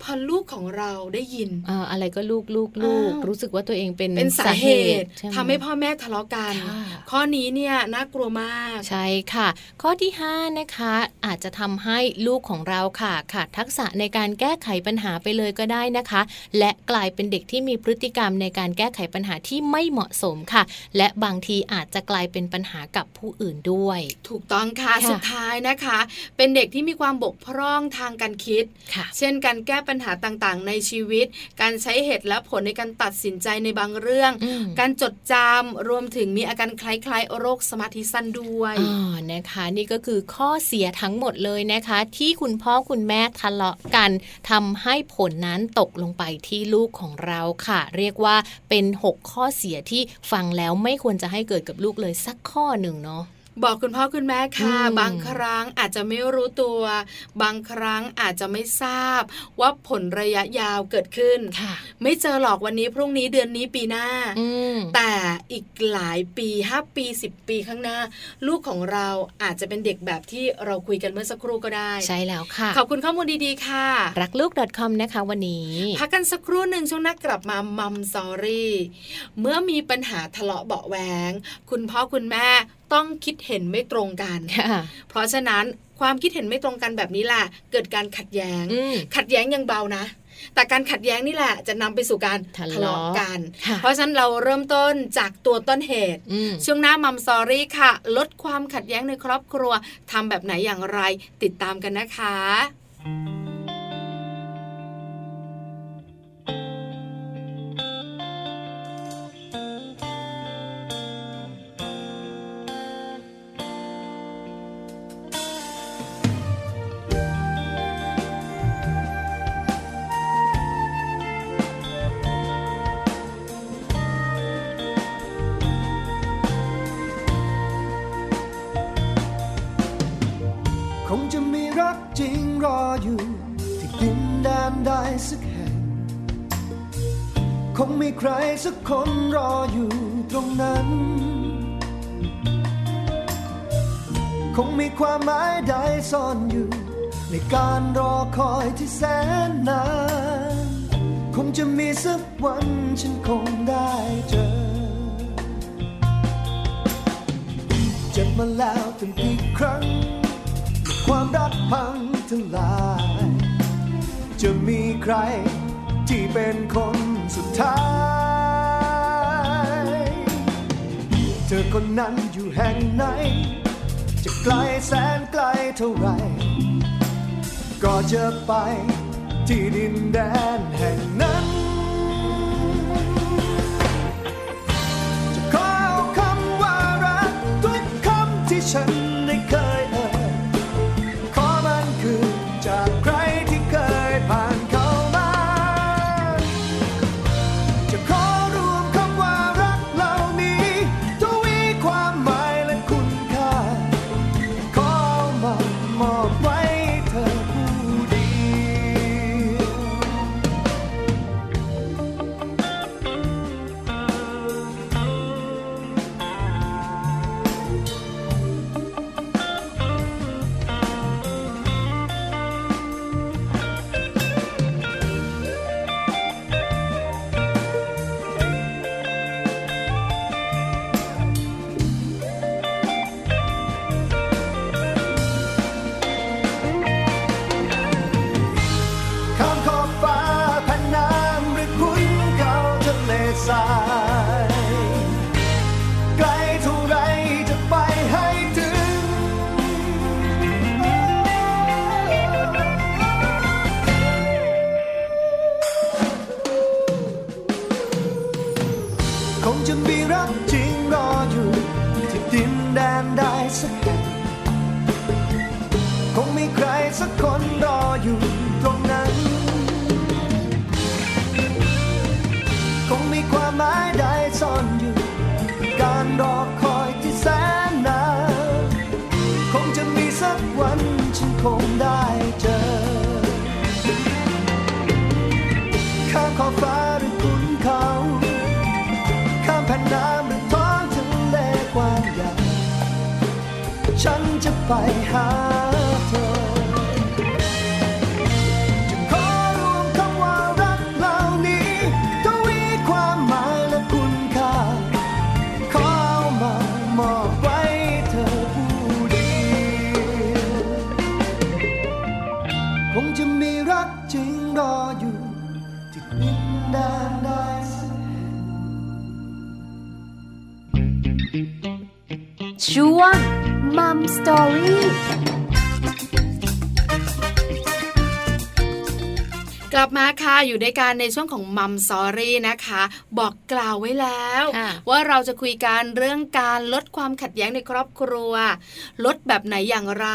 S4: พอลูกของเราได้ยิน
S3: อ่าอะไรก็ลูกลูกลูก
S4: อ้าว
S3: รู้สึกว่าตัวเองเป็น
S4: เป็นสาเหตุ
S3: ช่ไม
S4: ทำให้พ่อแม่ทะเลาะกัน
S3: ค่ะ
S4: ข้อนี้เนี่ยน่ากลัวมาก
S3: ใช่ค่ะ ข้อที่ 5 นะคะ อาจจะทำให้ลูกของเรา ค่ะขาดทักษะในการแก้ไขปัญหาไปเลยก็ได้นะคะ และกลายเป็นเด็กที่มีพฤติกรรมในการแก้ไขปัญหาที่ไม่เหมาะสมค่ะ และบางทีอาจจะกลายเป็นปัญหากับผู้อื่นด้วย
S4: ถูกต้องค่ะ
S3: ค่ะ
S4: สุดท้ายนะคะ เป็นเด็กที่มีความบกพร่องทางการคิด
S3: ค่ะ
S4: เช่น การแก้ปัญหาต่างๆ ในชีวิต การใช้เหตุและผลในการตัดสินใจในบางเรื่อง
S3: อืม
S4: การจดจำรวมถึงมีอาการคล้ายๆ โรคสมาธิสั้นด้วย
S3: อ่านะคะนี่ก็คือข้อเสียทั้งหมดเลยนะคะ ที่คุณพ่อคุณแม่ทะเลาะกันทำให้ผลนั้นตกลงไปที่ลูกของเราค่ะ เรียกว่าเป็น 6 ข้อเสียที่ฟังแล้วไม่ควรจะให้เกิดกับลูกเลยสักข้อหนึ่งเนาะ
S4: บอกคุณพ่อคุณแม่ค่ะ
S3: อืม
S4: บางครั้งอาจจะไม่รู้ตัว บางครั้งอาจจะไม่ทราบ ว่าผลระยะยาวเกิดขึ้น
S3: ค่ะ
S4: ไม่เจอหรอกวันนี้พรุ่งนี้เดือนนี้ปีหน้า
S3: อืม
S4: แต่อีกหลายปี 5 ปี 10 ปีข้างหน้า ลูกของเราอาจจะเป็นเด็กแบบที่เราคุยกันเมื่อสักครู่ก็ได้
S3: ใช่แล้วค่ะ
S4: ขอบคุณข้อมูลดีๆ ค่ะ
S3: รักลูก .com นะคะวันนี้
S4: พักกันสักครู่หนึ่งช่วงหน้ากลับมามัมสอรี่ เมื่อมีปัญหาทะเลาะเบาะแวงคุณพ่อคุณแม่ต้องคิดเห็นไม่ตรงกัน
S3: ค่ะ
S4: เพราะฉะนั้นความคิดเห็นไม่ตรงกันแบบนี้ล่ะ เกิดการขัดแย้ง
S3: อืม
S4: ขัดแย้งยังเบานะ แต่การขัดแย้งนี่แหละจะนำไปสู่การ
S3: ทะเลาะ
S4: ทะเลาะกัน
S3: ค่ะ
S4: เพราะฉะนั้นเราเริ่มต้นจากตัวต้นเหตุ
S3: อืม
S4: ช่วงหน้ามัมสอรี่ค่ะ ลดความขัดแย้งในครอบครัวทำแบบไหนอย่างไรติดตามกันนะคะ
S5: คงจะมีรักจริงรออยู่ที่ดินแดนใดสักแห่ง คงมีใครสักคนรออยู่ตรงนั้น คงมีความหมายใดซ่อนอยู่ ในการรอคอยที่แสนนาน คงจะมีสักวันฉันคงได้เจอ เจ็บมาแล้วตั้งกี่ครั้ง ความรักพังทั้งหลาย จะมีใครที่เป็นคนสุดท้าย เธอคนนั้นอยู่แห่งไหน จะไกลแสนไกลเท่าไหร่ก็จะไปที่ดินแดนแห่งนั้น จะขอเอาคำว่ารักทุกคำที่ฉันได้เคยเอ่ย ขอมันคือจากใครที่เคยผ่านเข้ามา จะขอรวมคำว่ารักเหล่านี้ทวีความหมายและคุณค่า ขอเอามามอบไว้เธอผู้เดียว ข้ามขอบฟ้าผ่านน้ำหรือคุ้นเก่าทะเลทราย ไกลเท่าไรจะไปให้ถึง คงจะมีรักจริงรออยู่ ที่ดินแดนใดสักแห่ง คงมีใครสักคนรออยู่ตรงนั้น คงมีความหมายใดซ่อนอยู่ การรอคอยที่แสนนานคงจะมีสักวันฉันคงได้เจอ ข้ามขอบฟ้าหรือขุนเขา ข้ามแผ่นน้ำหรือท้องทะเลกว้างใหญ่ ฉันจะไปหาเธอ จะขอรวมคำว่ารักเหล่านี้ทวีความหมายและคุณค่า ขอเอามามอบไว้เธอผู้เดียวค
S1: มีรักจริงรออยู่ที่ดินแดนใดสัก
S6: ช่วงมัมสตอรี่
S4: กลับมาค่ะอยู่ด้วยกันในช่วงของมัมซอรี่นะคะ บอกกล่าวไว้แล้ว
S3: ค่ะ
S4: ว่าเราจะคุยกันเรื่องการลดความขัดแย้งในครอบครัว ลดแบบไหนอย่างไร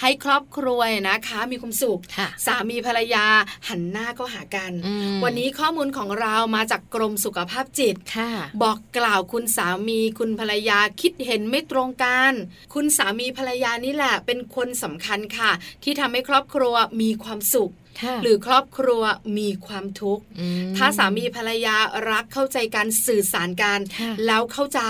S4: ให้ครอบครัวเนี่ยนะคะ มีความสุข
S3: ค่ะ
S4: สามีภรรยาหันหน้าก็หากัน
S3: อืม
S4: วันนี้ข้อมูลของเรามาจากกรมสุขภาพจิต
S3: ค่ะ
S4: บอกกล่าวคุณสามีคุณภรรยาคิดเห็นไม่ตรงกัน คุณสามีภรรยานี่แหละ เป็นคนสำคัญค่ะ ที่ทำให้ครอบครัวมีความสุข
S3: ค่ะ
S4: หรือครอบครัวมีความทุกข์
S3: ม
S4: ถ้าสามีภรรยารักเข้าใจกันสื่อสารกัน
S3: ค่ะ
S4: แล้วเข้าใจ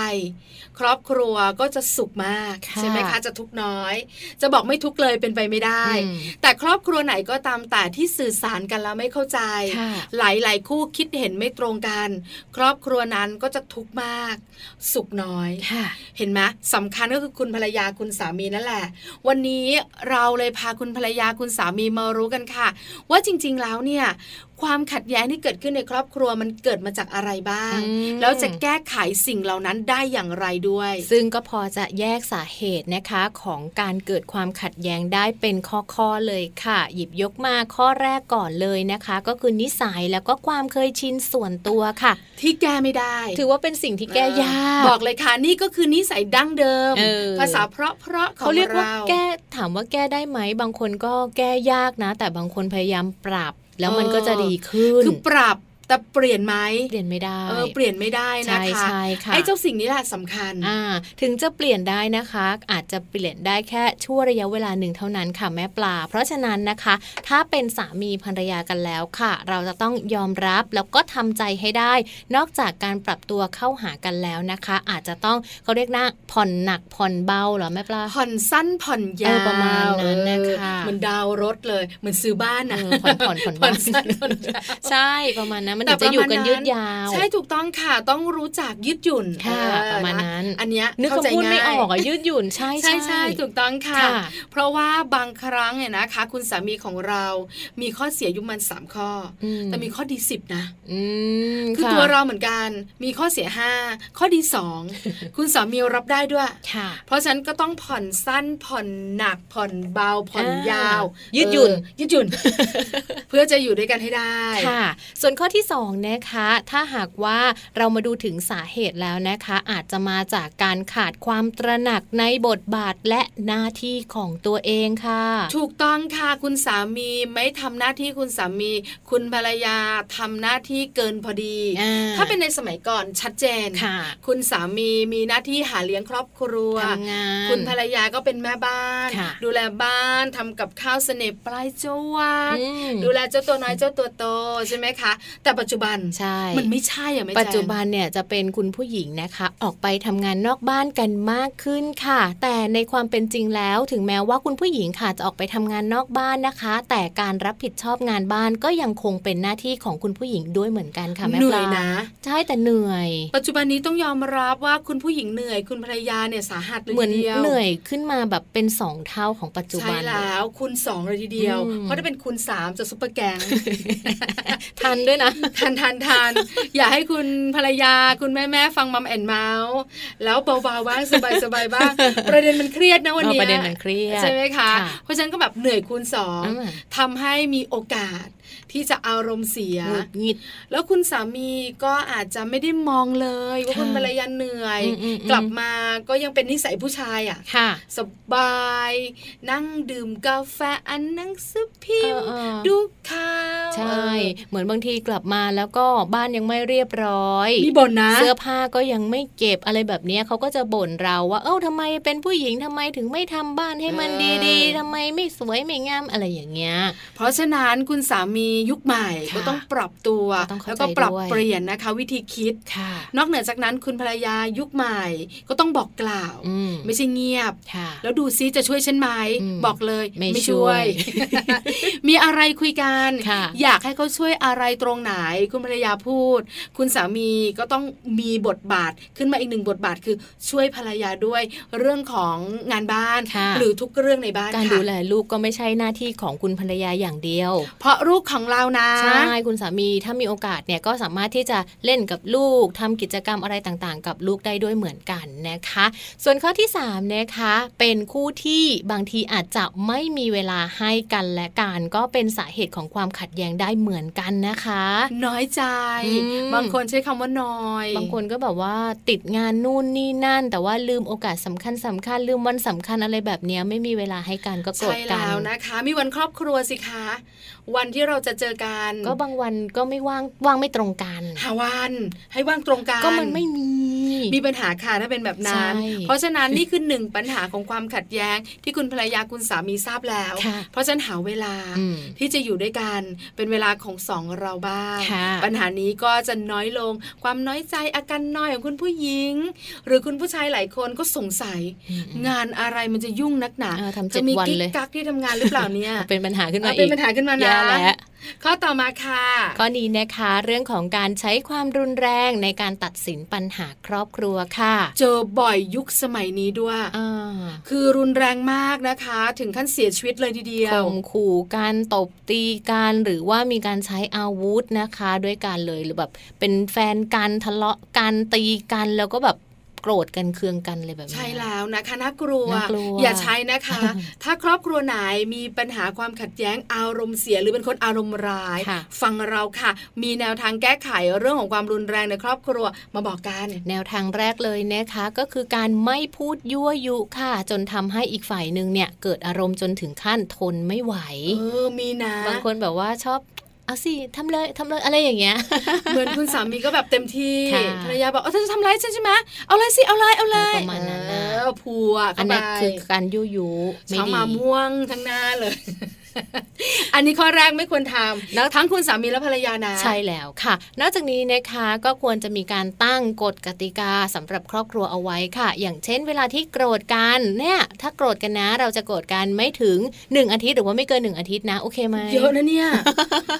S4: ครอบครัวก็จะสุขมาก
S3: ค่ะ
S4: ใช่ไหมคะจะทุกข์น้อย จะบอกไม่ทุกข์เลยเป็นไปไม่ได้
S3: อืม
S4: แต่ครอบครัวไหนก็ตามแต่ที่สื่อสารกันแล้วไม่เข้าใจ
S3: ค่ะ
S4: หลายๆ คู่คิดเห็นไม่ตรงกัน ครอบครัวนั้นก็จะทุกข์มาก สุขน้อย
S3: ค่ะ
S4: เห็นไหมสำคัญก็คือคุณภรรยาคุณสามีนั่นแหละ วันนี้เราเลยพาคุณภรรยาคุณสามีมารู้กันค่ะ ว่าจริงๆแล้วเนี่ย ความขัดแย้งที่เกิดขึ้นในครอบครัวมันเกิดมาจากอะไรบ้าง
S3: อืม
S4: แล้วจะแก้ไขสิ่งเหล่านั้นได้อย่างไรด้วย
S3: ซึ่งก็พอจะแยกสาเหตุนะคะของการเกิดความขัดแย้งได้เป็นข้อๆเลยค่ะ หยิบยกมาข้อแรกก่อนเลยนะคะ ก็คือนิสัยแล้วก็ความเคยชินส่วนตัวค่ะ
S4: ที่แก้ไม่ได้
S3: ถือว่าเป็นสิ่งที่แก้ยาก
S4: บอกเลยค่ะนี่ก็คือนิสัยดั้งเดิม
S3: เออ
S4: ภาษาเพราะเพราะๆของ
S3: เขาเรียกว่า
S4: เรา
S3: แก้ถามว่าแก้ได้ไหมบางคนก็แก้ยากนะ แต่บางคนพยายามปรับ แล้วมันก็จะดีขึ้น
S4: คือปรับแต่เปลี่ยนไหม
S3: เปลี่ยนไม่ได้
S4: เออเปลี่ยนไม่ได้นะ
S3: ใช่
S4: คะ
S3: ใช่ค่ะ
S4: ไอ้เจ้าสิ่งนี้แหละสำคัญ
S3: อ่าถึงจะเปลี่ยนได้นะคะ อาจจะเปลี่ยนได้แค่ชั่วระยะเวลาหนึ่งเท่านั้นค่ะแม่ปลา เพราะฉะนั้นนะคะ ถ้าเป็นสามีภรรยากันแล้วค่ะ เราจะต้องยอมรับแล้วก็ทำใจให้ได้ นอกจากการปรับตัวเข้าหากันแล้วนะคะ อาจจะต้องเขาเรียกนะผ่อนหนักผ่อนเบาเหรอแม่ปลา
S4: ผ่อนสั้นผ่อนยา
S3: เอ
S4: ว
S3: อประมาณนั้นนะคะ
S4: เออเหมือนดาวรถเลยเหมือนซื้อบ้าน
S3: เอ
S4: นะ
S3: อผ่อนผ่อนผ่อน
S4: ผ่อ
S3: บ้าน ง
S4: สั้นผ่อนยาว
S3: ใช่ประมาณนั้นมัน
S4: แต่
S3: ถึงจะอยู่กันยืดยาว
S4: ใช่ถูกต้องค่ะต้องรู้จักยืดหยุ่น
S3: ค่ะ
S4: เออ
S3: ประมาณนั้น
S4: อันเนี้ย
S3: นึก
S4: เข้าใจ
S3: คำพูดไม่
S4: ง่าย
S3: ออกอะยืดหยุ่นใช่
S4: ใช่ใช่ถูกต้องค่ะ
S3: ค่ะ
S4: เพราะว่าบางครั้งเนี่ยนะคะ คุณสามีของเรามีข้อเสียอยุมันสามข้ออ
S3: ม
S4: แต่มีข้อดีสิบนะ
S3: อืม
S4: คือะ ตัวเราเหมือนกันมีข้อเสียห้าข้อดีส อง คุณสามีรับได้ด้วย
S3: ค่ะ
S4: เพราะฉะนั้นก็ต้องผ่อนสั้นผ่อนหนักผ่อนเบาผ่อน
S3: อ่าย
S4: ยาว
S3: ยืดหยุ่น
S4: เออยืดหยุ่น เพื่อจะอยู่ด้วยกันให้ได้
S3: ค่ะ ส่วนข้อที่2นะคะ ถ้าหากว่าเรามาดูถึงสาเหตุแล้วนะคะ อาจจะมาจากการขาดความตระหนักในบทบาทและหน้าที่ของตัวเองค่ะ
S4: ถูกต้องค่ะคุณสามีไม่ทำหน้าที่คุณสามี คุณภรรยาทำหน้าที่เกินพอดี
S3: อ่า
S4: ถ้าเป็นในสมัยก่อนชัดเจน
S3: ค่ะ
S4: คุณสามีมีหน้าที่หาเลี้ยงครอบครัว
S3: ทำงาน
S4: คุณภรรยาก็เป็นแม่บ้าน
S3: ค่ะ
S4: ดูแลบ้านทำกับข้าวเสน่ห์ปลายจวัก
S3: อืม
S4: ดูแลเจ้าตัวน้อยเจ้าตัวโตใช่ไหมคะ แต่ปัจจุบัน
S3: ใช่
S4: มันไม่ใช่อะไม่
S3: ปัจจุบั
S4: แจ
S3: นเนี่ยจะเป็นคุณผู้หญิงนะคะ ออกไปทำงานนอกบ้านกันมากขึ้นค่ะ แต่ในความเป็นจริงแล้วถึงแม้ว่าคุณผู้หญิงค่ะจะออกไปทำงานนอกบ้านนะคะ แต่การรับผิดชอบงานบ้านก็ยังคงเป็นหน้าที่ของคุณผู้หญิงด้วยเหมือนกัน
S4: ง
S3: ค่ะแม่
S4: เห
S3: ป
S4: นื่อ
S3: ลาย
S4: นะ
S3: ใช่แต่เหนื่อย
S4: ปัจจุบันนี้ต้องยอมรับว่าคุณผู้หญิงเหนื่อย คุณภรรยาเนี่ยสาหัสเลย
S3: เหมือน
S4: ทีดียว
S3: เหนื่อยขึ้นมาแบบเป็นสองเท่าของปัจจุ
S4: ใช่
S3: บัน
S4: แล้วคุณสองเลยทีเดียว
S3: อืม
S4: เพราะถ้าเป็นคุณสามจะซุปเปอร์แก ง
S3: ทันด้วยนะ
S4: ทานทานทานอย่าให้คุณภรรยาคุณแม่แม่ๆฟังมัมแอนเมาส์แล้วเบาๆบ้างสบายสบายๆ บ้าง ประเด็นมันเครียดนะวัน
S3: เออ
S4: นี้
S3: ประเด็นมันเครียด
S4: ใช่ไหมคะ
S3: ค่ะ
S4: เพราะฉะนั้นก็แบบเหนื่อยคูณสอง
S3: อืม
S4: ทำให้มีโอกาสที่จะอารมณ์เสีย
S3: หงุดหงิด
S4: แล้วคุณสามีก็อาจจะไม่ได้มองเลยว่า
S3: ค่ะ
S4: คุณภรรยาเหนื่อย
S3: อืมๆๆ
S4: กลับมาก็ยังเป็นนิสัยผู้ชายอ่ะ
S3: ค่ะ
S4: สบาย นั่งดื่มกาแฟอันหนังสือพิมพ์
S3: เออเออ
S4: ดูข่าว
S3: ใช่
S4: เ
S3: เหมือนบางทีกลับมาแล้วก็บ้านยังไม่เรียบร้อย
S4: ออมีบ่นนะ
S3: เสื้อผ้าก็ยังไม่เก็บอะไรแบบเนี้ยเขาก็จะบ่นเราว่า เอ้าทำไมเป็นผู้หญิงทำไมถึงไม่ทำบ้านให้มันดีๆทำไมไม่สวยไม่งามอะไรอย่างเงี้ย
S4: เพราะฉะนั้นคุณสามียุคใหม่
S3: ค่ะ
S4: ก็ต้องปรับตัว
S3: ก็ต้องเข้า
S4: แล้ว
S3: ใจ
S4: ก็ปรับ
S3: ด้วย
S4: เปลี่ยนนะคะ วิธีคิด
S3: ค่ะ
S4: นอกเหนือจากนั้นคุณภรรยายุคใหม่ก็ต้องบอกกล่าว
S3: อืม
S4: ไม่ใช่เงียบ
S3: ค่ะ
S4: แล้วดูซิจะช่วยฉันไหม
S3: อืม
S4: บอกเลย
S3: ไม่
S4: มีอะไรคุยกัน
S3: ค่ะ
S4: อ อยากให้เขาช่วยอะไรตรงไหน คุณภรรยาพูด คุณสามีก็ต้องมีบทบาทขึ้นมาอีกหนึ่งบทบาทคือช่วยภรรยาด้วยเรื่องของงานบ้าน
S3: ค่ะ
S4: หรือทุกเรื่องในบ้าน
S3: การ
S4: ค่ะ
S3: ดูแลลูกก็ไม่ใช่หน้าที่ของคุณภรรยาอย่างเดียว
S4: เพราะลูกของเรานะ
S3: ใช่ คุณสามีถ้ามีโอกาสเนี่ยก็สามารถที่จะเล่นกับลูกทำกิจกรรมอะไรต่างๆ กับลูกได้ด้วยเหมือนกันนะคะ ส่วนข้อที่3นะคะเป็นคู่ที่บางทีอาจจะไม่มีเวลาให้กันและกันก็เป็นสาเหตุของความขัดแย้งได้เหมือนกันนะคะ
S4: น้อยใจ
S3: อืม
S4: บางคนใช้คำว่าน้อย
S3: บางคนก็แบบว่าติดงานนู่นนี่นั่น แต่ว่าลืมโอกาสสำคัญสคัญๆลืมวันสำคัญอะไรแบบเนี้ยไม่มีเวลาให้กันก็โกร
S4: ใช่
S3: ธกั
S4: แล้
S3: น
S4: วนะคะ มีวันครอบครัวสิคะ วันที่เราจะเจอกัน
S3: ก็บางวันก็ไม่ว่างว่างไม่ตรงกัน
S4: หาวันให้ว่างตรงกัน
S3: ก็มันไม่มี
S4: มีปัญหาค่ะถ้าเป็นแบบนั้น
S3: ใช่
S4: เพราะฉะนั้นนี่คือหนึ่งปัญหาของความขัดแย้ง ที่คุณภรรยาคุณสามีทราบแล้ว
S3: ค่ะ
S4: เพราะฉะนั้นหาเวลา
S3: อืม
S4: ที่จะอยู่ด้วยกันเป็นเวลาของสองเราบ้าง
S3: ค่ะ
S4: ปัญหานี้ก็จะน้อยลง ความน้อยใจอาการน้อยของคุณผู้หญิง หรือคุณผู้ชายหลายคนก็สงสัย งานอะไรมันจะยุ่งนักหนา
S3: เออทำเจ็
S4: จะ
S3: ด
S4: มี
S3: วัน
S4: กิ๊ก
S3: เลย
S4: กักที่ทำงานหรือเปล่า เนี่ย
S3: เป็นปัญหาขึ้นมา
S4: เอา
S3: อีก
S4: เป็นปัญหาขึ้นมา
S3: แย่
S4: นะ
S3: แล้ว
S4: ข้อต่อมาค่ะ
S3: ข้อนี้นะคะ เรื่องของการใช้ความรุนแรงในการตัดสินปัญหาครอบครัวค่ะ
S4: เจอบ่อยยุคสมัยนี้ด้วย
S3: อ่า
S4: คือรุนแรงมากนะคะ ถึงขั้นเสียชีวิตเลยทีเดียว
S3: ข่มขู่การตบตีกันหรือว่ามีการใช้อาวุธนะคะ ด้วยกันเลยหรือแบบเป็นแฟนกันทะเลาะกันตีกันแล้วก็แบบโกรธกันเคืองกันเลยแบบนี้
S4: ใช่แล้วนะคะน่ากลัว
S3: น่ากลัว
S4: อย่าใช้นะคะ
S3: อืม
S4: ถ้าครอบครัวไหนมีปัญหาความขัดแย้งอารมณ์เสียหรือเป็นคนอารมณ์ร้าย
S3: ค่ะ
S4: ฟังเราค่ะ มีแนวทางแก้ไขเรื่องของความรุนแรงในครอบครัวมาบอกกัน
S3: แนวทางแรกเลยนะคะก็คือการไม่พูดยั่วยุค่ะ จนทำให้อีกฝ่ายหนึ่งเนี่ยเกิดอารมณ์จนถึงขั้นทนไม่ไหว
S4: เออมีนะ
S3: บางคนแบบว่าชอบเอาสิทำเลยทำเลยอะไรอย่างเงี้ย
S4: เหมือนคุณสามีก็แบบเต็มที่
S3: ค่ะ
S4: ภรรยาบอกเออเธอจะทำร้ายฉันใช่ไหมเอาเลยสิเอาเลยเอาเลย
S3: ประมาณนั้น
S4: เอ
S3: นะ
S4: อผัว
S3: อั
S4: เข้าน ไป
S3: นั้นคือการยุยุไม่
S4: เช้า
S3: ดี
S4: มาม่วงทั้งหน้าเลย อันนี้ข้อแรกไม่ควรท
S3: แล้ว
S4: ำทั้งคุณสามีและภรรยานะ
S3: ใช่แล้วค่ะ นอกจากนี้นะคะก็ควรจะมีการตั้งกฎกติกาสำหรับครอบครัวเอาไว้ค่ะ อย่างเช่น เวลาที่โกรธกันเนี่ยถ้าโกรธกันนะ เราจะโกรธกันไม่ถึง 1 อาทิตย์หรือว่าไม่เกิน 1 อาทิตย์นะโอเคไหม
S4: เยอะนะ เนี่ย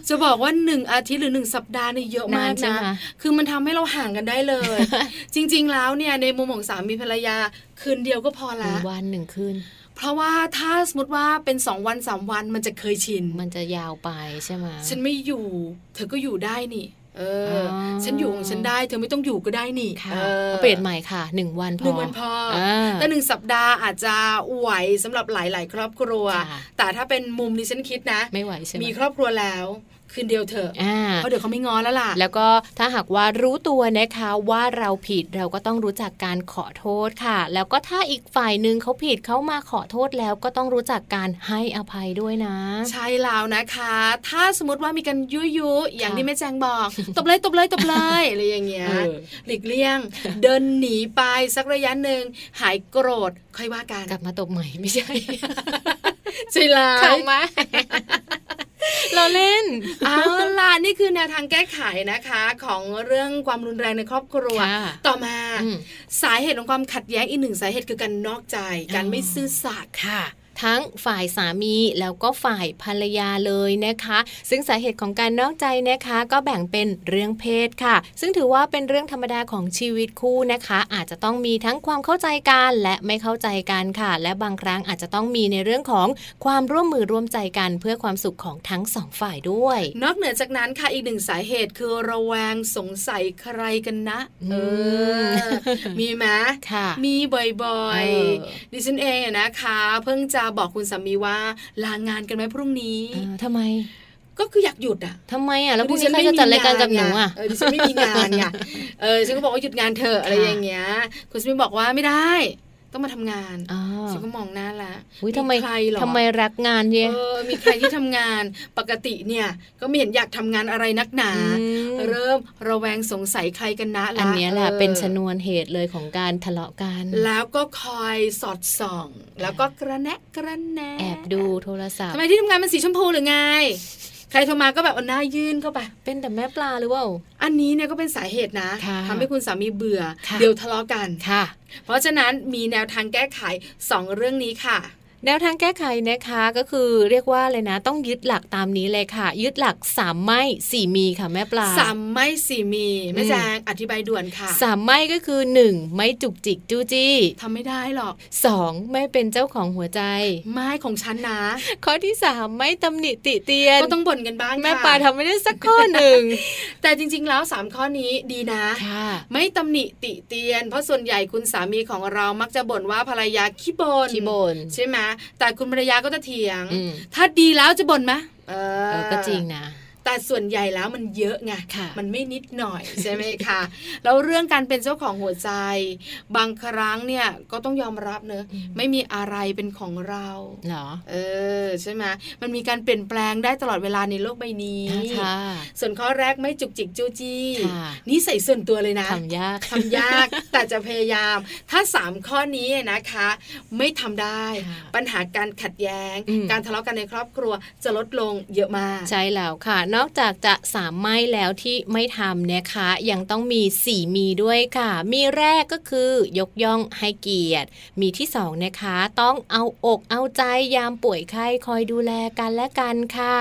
S4: จะบอกว่าหนึ่งอาทิตย์หรือหนึ่งสัปดาห์เนี่ยเยอะมาก
S3: นานใช่
S4: นะ
S3: ไหม
S4: คือมันทำให้เราห่างกันได้เลย จริงๆแล้วเนี่ยในมุมของสามีภรรยาคืนเดียวก็พอ
S3: ห
S4: ละ
S3: นึ่งวันหนึ่งคืน
S4: เพราะว่าถ้าสมมติว่าเป็นสองวันสามวันมันจะเคยชิน
S3: มันจะยาวไปใช่ไหม
S4: ฉันไม่อยู่ เธอก็อยู่ได้นี่ เอออ
S3: อ
S4: ฉันอยู่ของฉันได้ เธอไม่ต้องอยู่ก็ได้นี่
S3: ค่ะ
S4: เออ
S3: เปลี่ยนใหม่ค่ะหนึ่งวันพ
S4: ห
S3: อ
S4: นึ่งวันพออา แต่หนึ่งสัปดาห์อาจจะไหวสำหรับหลาย ๆ ครอบครัว
S3: ค่ะ
S4: แต่ถ้าเป็นมุมนี้ฉันคิดนะ
S3: ไม่ไหวใช่ไหม
S4: มีครอบครัวแล้วคืนเดียวเถอะ
S3: อ่า
S4: เพราะเดี๋ยวเขาไม่งอแล้วล่ะ
S3: แล้วก็ถ้าหากว่ารู้ตัวนะคะว่าเราผิดเราก็ต้องรู้จักการขอโทษค่ะ แล้วก็ถ้าอีกฝ่ายหนึ่งเขาผิดเขามาขอโทษแล้วก็ต้องรู้จักการให้อภัยด้วยนะ
S4: ใช่แล้วนะคะ ถ้าสมมติว่ามีการยุยุอย่าง
S3: ค่ะ
S4: ที่แม่แจงบอก ตบเลยตบเลยตบเลยอะไรอย่างเงี้ย
S3: เออ
S4: หลีกเลี่ยง เดินหนีไปสักระยะหนึ่งหายโกรธค่อยว่ากัน
S3: กลับมาตบใหม่ไม่ใช่
S4: ใช่แล้
S3: เข้าว มา เราเล่น
S4: เอาล่ะนี่คือแนวทางแก้ไขนะคะ ของเรื่องความรุนแรงในครอบครัว
S3: ค่ะ
S4: ต่อมา
S3: อืม
S4: สาเหตุของความขัดแย้งอีกหนึ่งสาเหตุคือการนอกใจ การไม่ซื่อสัตย์ค่ะ
S3: ทั้งฝ่ายสามีแล้วก็ฝ่ายภรรยาเลยนะคะ ซึ่งสาเหตุของการนอกใจนะคะ ก็แบ่งเป็นเรื่องเพศค่ะ ซึ่งถือว่าเป็นเรื่องธรรมดาของชีวิตคู่นะคะ อาจจะต้องมีทั้งความเข้าใจกันและไม่เข้าใจกันค่ะ และบางครั้งอาจจะต้องมีในเรื่องของความร่วมมือร่วมใจกันเพื่อความสุขของทั้งสองฝ่ายด้วย
S4: นอกเหนือจากนั้นค่ะอีกหนึ่งสาเหตุคือระแวงสงสัยใครกันนะเออ
S3: ม
S4: มีไหม
S3: ค่ะ
S4: มีบ่อย
S3: เออ
S4: ๆ ดิฉันเองอะนะคะ เพิ่งจะบอกคุณสามีว่าลางานกันไหมพรุ่งนี้
S3: อ่าทำไม
S4: ก็คืออยากหยุดอ่ะ
S3: ทำไมอ่ะแล้วพ
S4: ดิ
S3: รุ่ง
S4: ฉั
S3: นี้ใครจะจัดรายการกับหนูอ่ะ
S4: เดิฉันไม่มีงานไงเออฉันก็บอกว่าหยุดงานเธอะอะไร
S3: ค่ะ
S4: อย่างเงี้ย คุณสามีบอกว่าไม่ได้ ต้องมาทำงาน
S3: อ๋อ
S4: ฉันก็มองหน้าละ
S3: อุ๊ยทำไม
S4: ใครเหรอ
S3: ทำไมรักงานเนี่ย
S4: เออมีใครที่ทำงานปกติเนี่ย ก็ไม่เห็นอยากทำงานอะไรนักหนา
S3: ม
S4: เริ่มระแวงสงสัยใครกันนะ
S3: อันเนี้ยแหละ
S4: ออ
S3: เป็นชนวนเหตุเลยของการทะเลาะกัน
S4: แล้วก็คอยสอดส่อง แล้วก็กระแนะกระแนะ
S3: แอบดูโทรศัพท์
S4: ทำไมที่ทำงานมันสีชมพูหรือไง ใครโทรมาก็แบบเอาหน้ายื่นเข้าไป
S3: เป็นแต่แม่ปลาหรือเปล่า
S4: อันนี้เนี่ยก็เป็นสาเหตุนะ
S3: ค่ะ
S4: ทำให้คุณสามีเบื่อ
S3: ค่ะ
S4: เดี๋ยวทะเลาะกัน
S3: ค่ะ
S4: เพราะฉะนั้นมีแนวทางแก้ไข 2 เรื่องนี้ค่ะ
S3: แนวทางแก้ไขนะคะก็คือเรียกว่าเลยนะ ต้องยึดหลักตามนี้เลยค่ะ ยึดหลักสามไม่สี่มีค่ะแม่ปลา
S4: สามไม่สี่มีแม่
S3: อืม
S4: แจงอธิบายด่วนค่ะ
S3: สามไม่ก็คือหนึ่งไม่จุกจิกจู้จี้
S4: ทำไม่ได้หรอก
S3: สองไม่เป็นเจ้าของหัวใจ
S4: ไม้ของฉันนะ
S3: ข้อที่สามไม่ตำหนิติเตียน
S4: ก็ต้องบ่นกันบ้าง
S3: แม่
S4: ค่ะ
S3: ปลาทำไม่ได้สักข้อหนึ่ง
S4: แต่จริง ๆ แล้ว 3 ข้อนี้ดีนะ
S3: ค่ะ
S4: ไม่ตำหนิติเตียน เพราะส่วนใหญ่คุณสามีของเรามักจะบ่นว่าภรรยาขี้บ่น
S3: ขี้บ่น
S4: ใช่ไหมแต่คุณภรรยาก็จะเถียง
S3: อืม
S4: ถ้าดีแล้วจะบ่นไหมเออ
S3: เออก็จริงนะ
S4: แต่ส่วนใหญ่แล้วมันเยอะไง
S3: ค่ะ
S4: มันไม่นิดหน่อย ใช่ไหมคะแล้วเรื่องการเป็นเจ้าของหัวใจ บางครั้งเนี่ยก็ต้องยอมรับเนอะไม่มีอะไรเป็นของเรา
S3: เหรอ
S4: เออใช่ไหมมันมีการเปลี่ยนแปลงได้ตลอดเวลาในโลกใบนี้
S3: ค่ะ
S4: ส่วนข้อแรกไม่จุกจิกจู้จี้
S3: ค่ะ
S4: นี่ใส่ส่วนตัวเลยนะ
S3: ทำยาก
S4: ทำยาก แต่จะพยายาม ถ้า 3 ข้อนี้นะคะ ไม่ทำได้
S3: ค่ะ
S4: ปัญหาการขัดแย้ง
S3: อืม
S4: การทะเลาะกันในครอบครัวจะลดลงเยอะมาก
S3: ใช่แล้วค่ะ นอกจากจะสามไม่แล้วที่ไม่ทำนะคะ ยังต้องมีสี่มีด้วยค่ะ มีแรกก็คือยกย่องให้เกียรติ มีที่สองนะคะ ต้องเอาอกเอาใจยามป่วยไข้คอยดูแลกันและกันค่ะ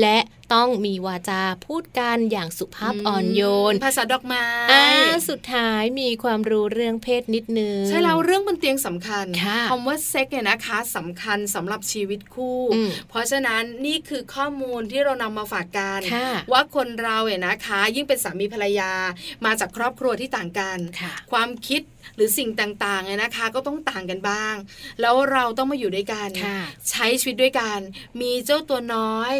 S3: และต้องมีวาจาพูดกันอย่างสุภาพอ่อนโยน
S4: ภาษาดอกไม้
S3: อ่าสุดท้ายมีความรู้เรื่องเพศนิดนึง
S4: ใช่แล้วเรื่องบนเตียงสำคัญ
S3: ค่ะ
S4: คำว่าเซ็กเนี่ยนะคะสำคัญสำหรับชีวิตคู่
S3: อืม
S4: เพราะฉะนั้นนี่คือข้อมูลที่เรานำมาฝากกัน
S3: ค่ะ
S4: ว่าคนเราเนี่ยนะคะ ยิ่งเป็นสามีภรรยามาจากครอบครัวที่ต่างกัน
S3: ค่ะ
S4: ความคิดหรือสิ่งต่างๆเนี่ยนะคะ ก็ต้องต่างกันบ้าง แล้วเราต้องมาอยู่ด้วยกัน
S3: ค่ะ
S4: ใช้ชีวิตด้วยกัน มีเจ้าตัวน้อย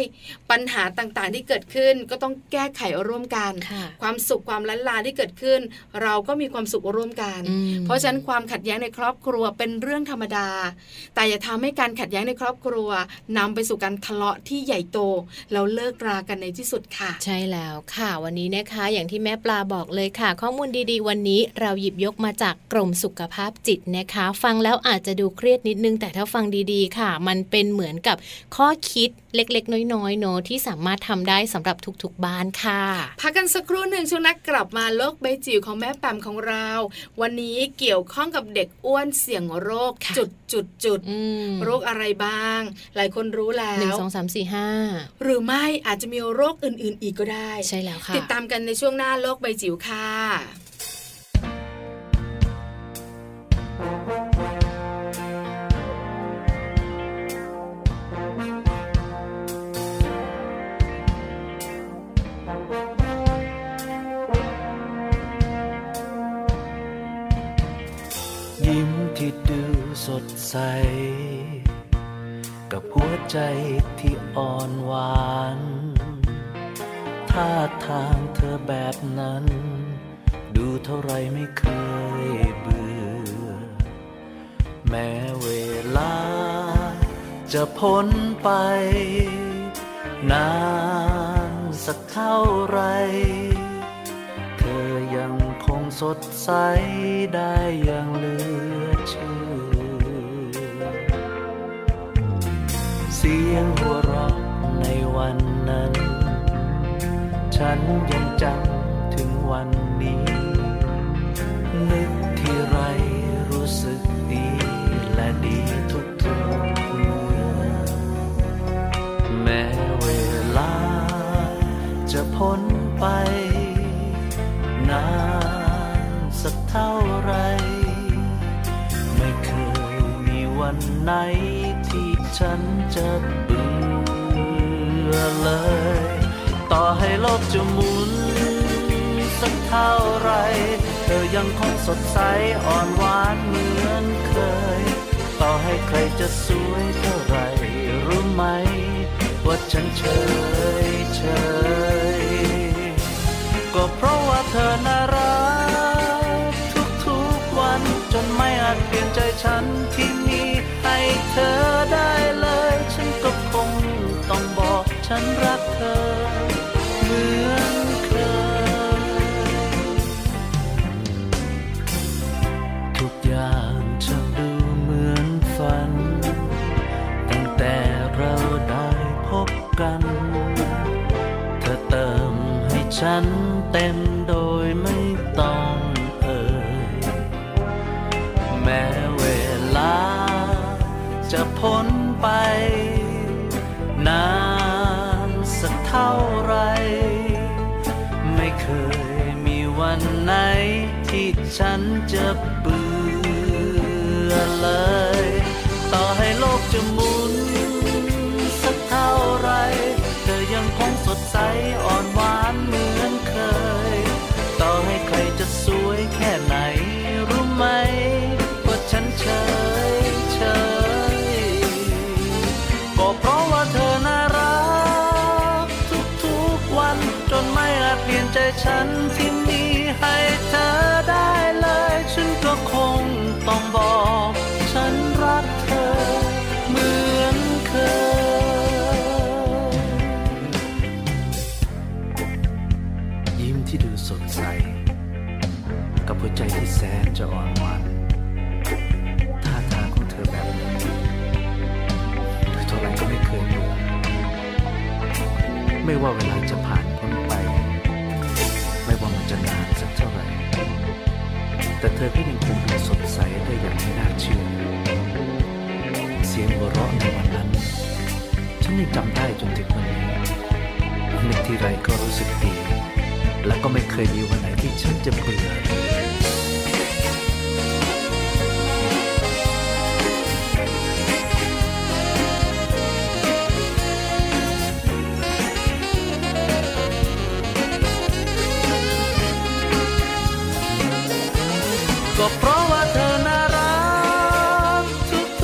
S4: ปัญหาต่างๆที่เกิดขึ้นก็ต้องแก้ไขร่วมกัน
S3: ค่ะ
S4: ความสุขความล้านลาที่เกิดขึ้น เราก็มีความสุขร่วมกัน
S3: อืม
S4: เพราะฉะนั้นความขัดแย้งในครอบครัวเป็นเรื่องธรรมดา แต่อย่าทำให้การขัดแย้งในครอบครัวนำไปสู่การทะเลาะที่ใหญ่โต แล้วเลิกรากันในที่สุดค่ะ
S3: ใช่แล้วค่ะวันนี้นะคะอย่างที่แม่ปลาบอกเลยค่ะ ข้อมูลดีๆ วันนี้เราหยิบยกมาจากกรมสุขภาพจิตนะคะ ฟังแล้วอาจจะดูเครียดนิดนึง แต่ถ้าฟังดีๆ ค่ะ มันเป็นเหมือนกับข้อคิดเล็กๆ น้อยๆเนอะที่สามารถทำได้สำหรับทุกๆบ้านค่ะ
S4: พักกันสักครู่หนึ่งช่วงหนักกลับมาโลกใบจิ๋วของแม่แปมของเรา วันนี้เกี่ยวข้องกับเด็กอ้วนเสี่ยงโรค
S3: ค่ะ
S4: จุดจุดจุด
S3: อืม
S4: โรคอะไรบ้าง หลายคนรู้แล้
S3: หนึ่ง
S4: ว
S3: สองสามสี่ห้า
S4: หรือไม่อาจจะมีโรคอื่นๆ อีกก็ได้
S3: ใช่แล้วค่ะ
S4: ติดตามกันในช่วงหน้าโลกใบจิ๋วค่ะ
S1: ยิ้มที่ดูสดใส กับหัวใจที่อ่อนหวานท่าทางเธอแบบนั้น ดูเท่าไรไม่เคยเบื่อ แม้เวลาจะพ้นไป นานสักเท่าไร เธอยังคงสดใสได้อย่างเหลือเชื่อ เสียงหัวเราะในวันนั้น ฉันยังจำถึงวันนี้ นึกที่ไรรู้สึกดีและดีทุกทุกๆเมื่อแม้เวลาจะพ้นไป นานสักเท่าไร ไม่เคยมีวันไหนที่ฉันจะเบื่อเลย ต่อให้โลกจะหมุน สักเท่าไร เธอยังคงสดใสอ่อนหวานเหมือนเคย ต่อให้ใครจะสวยเท่าไรรู้ไหม ว่าฉันเฉยเฉย ก็เพราะว่าเธอน่ารักทุกทุกๆวัน จนไม่อาจเปลี่ยนใจฉันที่มีให้เธอได้เลย ฉันก็คงต้องบอกฉันรักเธอ เหมือนเคย ทุกอย่างจะดูเหมือนฝัน ตั้งแต่เราได้พบกัน เธอเติมให้ฉันเต็มโดยไม่ต้องเอ่ย แม้เวลา จะพ้นไป นานสักเท่าไหรไม่เคยมีวันไหน ที่ฉันจะเบื่อเลย ต่อให้โลกจะหมุน สักเท่าไหรเธอยังคงสดใสอ่อนหวานเหมือนเคย ต่อให้ใครจะสวยแค่ไหน รู้ไหมว่าฉันเฉยเฉยก็เพราะว่าเธอน่ารัก ทุกๆวันจนไม่อาจเปลี่ยนใจฉันที่มีให้เธอได้เลย ฉันก็คงต้องบอก ฉันรักเธอ เหมือนเคย ยิ้มที่ดูสดใส กับหัวใจที่แสนจะอ่อนหวานท่าทางของเธอแบบนี้เธอเท่าไหรก็ไม่เคยเบื่อไม่ว่าเวลาจะผ่านพ้นไป ไม่ว่ามันจะนานสักเท่าไหร่ แต่เธอก็ยังคงดูสดใสได้อย่างไม่น่าเชื่อ เสียงหัวเราะในวันนั้น ฉันยังจำได้จนถึงวันนี้นึกทีไรก็รู้สึกดี และก็ไม่เคยมีวันไหนที่ฉันจะเบื่อ ก็เพราะว่าเธอน่ารัก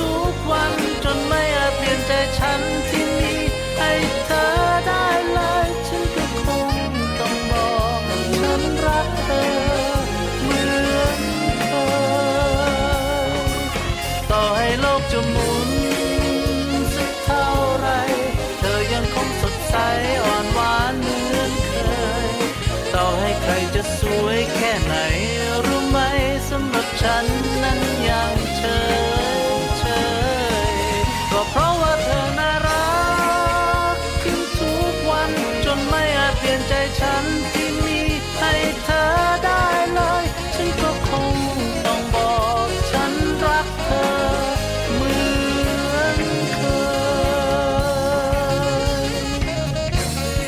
S1: ทุกๆวันจนไม่อาจเปลี่ยนใจฉันที่มีให้เธอได้เลย ฉันก็คงต้องบอกฉันรักเธอเหมือนเคยต่อให้โลกจะหมุนสักเท่าไหรเธอยังคงสดใสอ่อนหวานเหมือนเคย ต่อให้ใครจะสวยแค่ไหน รู้ไหมสำหรับฉันนั้นยังเฉยเฉยก็เพราะว่าเธอน่ารักขึ้นทุกวันจนไม่อาจเปลี่ยนใจฉันที่มีให้เธอได้เลย ฉันก็คงต้องบอกฉันรักเธอเหมือนเคย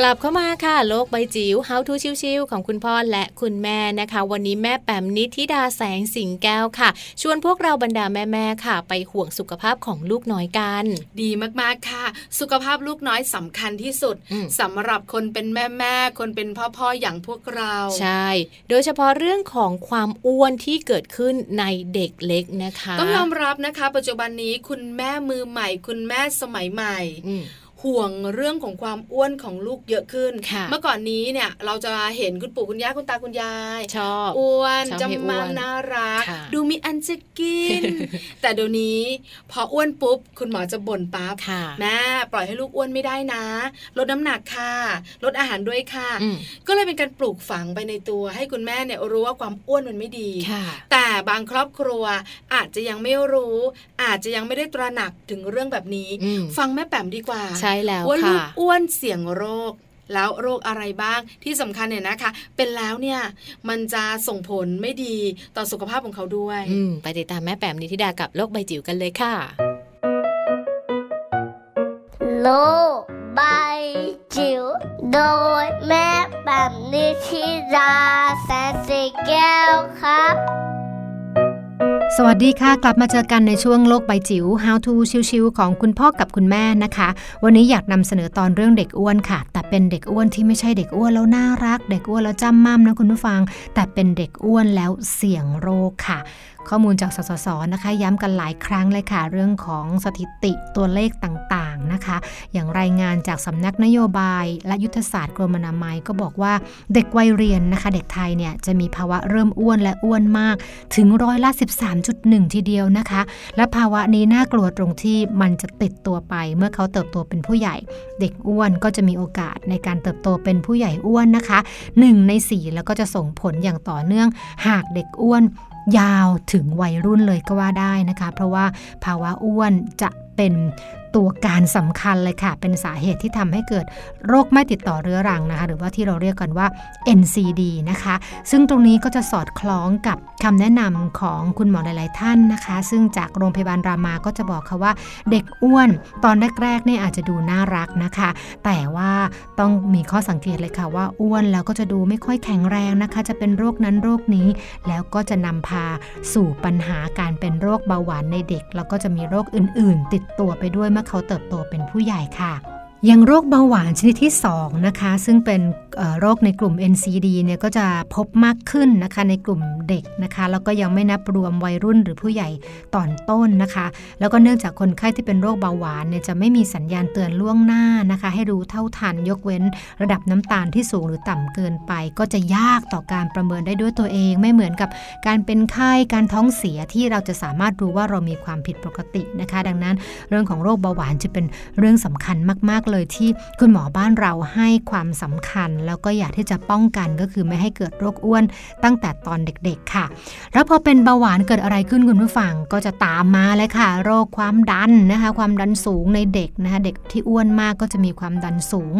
S3: กลับเข้ามาค่ะ โลกใบจิ๋ว How to ชิวๆของคุณพ่อและคุณแม่นะคะ วันนี้แม่แปมนิธิดาแสงสิงแก้วค่ะ ชวนพวกเราบรรดาแม่ๆค่ะ ไปห่วงสุขภาพของลูกน้อยกัน
S4: ดีมากๆค่ะ สุขภาพลูกน้อยสำคัญที่สุด
S3: อืม
S4: สำหรับคนเป็นแม่แม่ๆคนเป็นพ่อพ่อๆอย่างพวกเรา
S3: ใช่ โดยเฉพาะเรื่องของความอ้วนที่เกิดขึ้นในเด็กเล็กนะคะ
S4: ต้องยอมรับนะคะ ปัจจุบันนี้คุณแม่มือใหม่ คุณแม่สมัยใหม่
S3: อืม
S4: ห่วงเรื่องของความอ้วนของลูกเยอะขึ้น
S3: ค่ะ
S4: เมื่อก่อนนี้เนี่ยเราจะเห็นคุณปู่คุณย่าคุณตาคุณยาย
S3: ชอบ
S4: อ้วน
S3: ชอบ
S4: จำ
S3: ให้อ้
S4: มา
S3: วน
S4: น่ารัก
S3: ค่ะ
S4: ดูมีอันจะกิ น แต่เดี๋ยวนี้พออ้วนปุ๊บ คุณหมอจะบ่นปั๊บ
S3: ค่ะ
S4: แม่ปล่อยให้ลูกอ้วนไม่ได้นะ ลดน้ำหนักค่ะ ลดอาหารด้วยค่ะ
S3: อืม
S4: ก็เลยเป็นการปลูกฝังไปในตัว ให้คุณแม่เนี่ยรู้ว่าความอ้วนมันไม่ดี
S3: ค่ะ
S4: แต่บางครอบครัวอาจจะยังไม่รู้ อาจจะยังไม่ได้ตระหนักถึงเรื่องแบบนี้
S3: อืม
S4: ฟังแม่แป๋มดีกว่า
S3: ใช่แล้ว
S4: ว่าลู
S3: ค่ะ
S4: กอ้วนเสี่ยงโรค แล้วโรคอะไรบ้างที่สำคัญเนี่ยนะคะ เป็นแล้วเนี่ยมันจะส่งผลไม่ดีต่อสุขภาพของเขาด้วย
S3: อืมไปติดตามแม่แปมนิธิดากับโลกใบจิ๋วกันเลยค่ะ
S7: lô bay chiều đôi mép bằng đi khi ra sẽ xì keo khắp
S8: สวัสดีค่ะ กลับมาเจอกันในช่วงโลกใบจิ๋ว How to ชิวๆของคุณพ่อกับคุณแม่นะคะ วันนี้อยากนำเสนอตอนเรื่องเด็กอ้วนค่ะ แต่เป็นเด็กอ้วนที่ไม่ใช่เด็กอ้วนแล้วน่ารัก เด็กอ้วนแล้วจ้ำม่ำนะคุณผู้ฟัง แต่เป็นเด็กอ้วนแล้วเสี่ยงโรคค่ะ ข้อมูลจากสสสนะคะ ย้ำกันหลายครั้งเลยค่ะ เรื่องของสถิติตัวเลขต่างๆนะคะ อย่างรายงานจากสำนักนโยบาย และยุทธศาสตร์กรมอนามัยก็บอกว่าเด็กวัยเรียนนะคะ เด็กไทยเนี่ยจะมีภาวะเริ่มอ้วนและอ้วนมาก ถึงร้อยละ 13.1 ทีเดียวนะคะ และภาวะนี้น่ากลัวตรงที่มันจะติดตัวไป เมื่อเขาเติบโตเป็นผู้ใหญ่ เด็กอ้วนก็จะมีโอกาสในการเติบโตเป็นผู้ใหญ่อ้วนนะคะ 1 ใน 4 แล้วก็จะส่งผลอย่างต่อเนื่องหากเด็กอ้วน ยาวถึงวัยรุ่นเลยก็ว่าได้นะคะ เพราะว่าภาวะอ้วนจะเป็นตัวการสำคัญเลยค่ะ เป็นสาเหตุที่ทำให้เกิดโรคไม่ติดต่อเรื้อรังนะคะ หรือว่าที่เราเรียกกันว่า NCD นะคะ ซึ่งตรงนี้ก็จะสอดคล้องกับคำแนะนำของคุณหมอหลาย ๆ ท่านนะคะ ซึ่งจากโรงพยาบาลรามาก็จะบอกค่ะว่า เด็กอ้วนตอนแรก ๆ เนี่ยอาจจะดูน่ารักนะคะ แต่ว่าต้องมีข้อสังเกตเลยค่ะว่าอ้วนแล้วก็จะดูไม่ค่อยแข็งแรงนะคะ จะเป็นโรคนั้นโรคนี้ แล้วก็จะนำพาสู่ปัญหาการเป็นโรคเบาหวานในเด็ก แล้วก็จะมีโรคอื่น ๆ ติดตัวไปด้วยเมื่อเขาเติบโตเป็นผู้ใหญ่ค่ะ อย่างโรคเบาหวานชนิดที่ 2 นะคะ ซึ่งเป็นเอ่อโรคในกลุ่ม NCD เนี่ยก็จะพบมากขึ้นนะคะในกลุ่มเด็กนะคะ แล้วก็ยังไม่นับรวมวัยรุ่นหรือผู้ใหญ่ตอนต้นนะคะ แล้วก็เนื่องจากคนไข้ที่เป็นโรคเบาหวานเนี่ยจะไม่มีสัญญาณเตือนล่วงหน้านะคะ ให้รู้เท่าทันยกเว้น ระดับน้ำตาลที่สูงหรือต่ำเกินไป ก็จะยากต่อการประเมินได้ด้วยตัวเอง ไม่เหมือนกับการเป็นไข้การท้องเสียที่เราจะสามารถรู้ว่าเรามีความผิดปกตินะคะ ดังนั้น เรื่องของโรคเบาหวานจะเป็นเรื่องสำคัญมาก ๆ เลยที่คุณหมอบ้านเราให้ความสำคัญ แล้วก็อยากที่จะป้องกันก็คือไม่ให้เกิดโรคอ้วนตั้งแต่ตอนเด็ก ๆ ค่ะ แล้วพอเป็นเบาหวานเกิดอะไรขึ้นคุณผู้ฟังก็จะตามมาเลยค่ะ โรคความดันนะคะ ความดันสูงในเด็กนะคะ เด็กที่อ้วนมากก็จะมีความดันสูง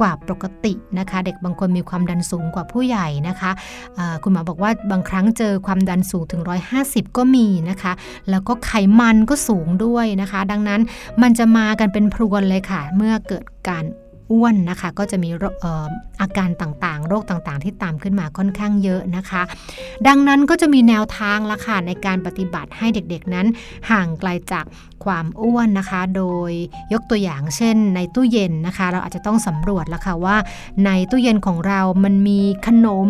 S8: กว่าปกตินะคะ เด็กบางคนมีความดันสูงกว่าผู้ใหญ่นะคะเอ่อคุณหมอบอกว่าบางครั้งเจอความดันสูงถึง 150 ก็มีนะคะ แล้วก็ไขมันก็สูงด้วยนะคะ ดังนั้นมันจะมากันเป็นพรวนเลยค่ะ เมื่อเกิดการอ้วนนะคะ ก็จะมีโรเอ่ออาการต่างๆ โรคต่างๆ ที่ตามขึ้นมาค่อนข้างเยอะนะคะ ดังนั้นก็จะมีแนวทางละค่ะในการปฏิบัติให้เด็กๆนั้น ห่างไกลจากความอ้วนนะคะ โดยยกตัวอย่างเช่น ในตู้เย็นนะคะ เราอาจจะต้องสำรวจละค่ะว่า ในตู้เย็นของเรามันมีขนม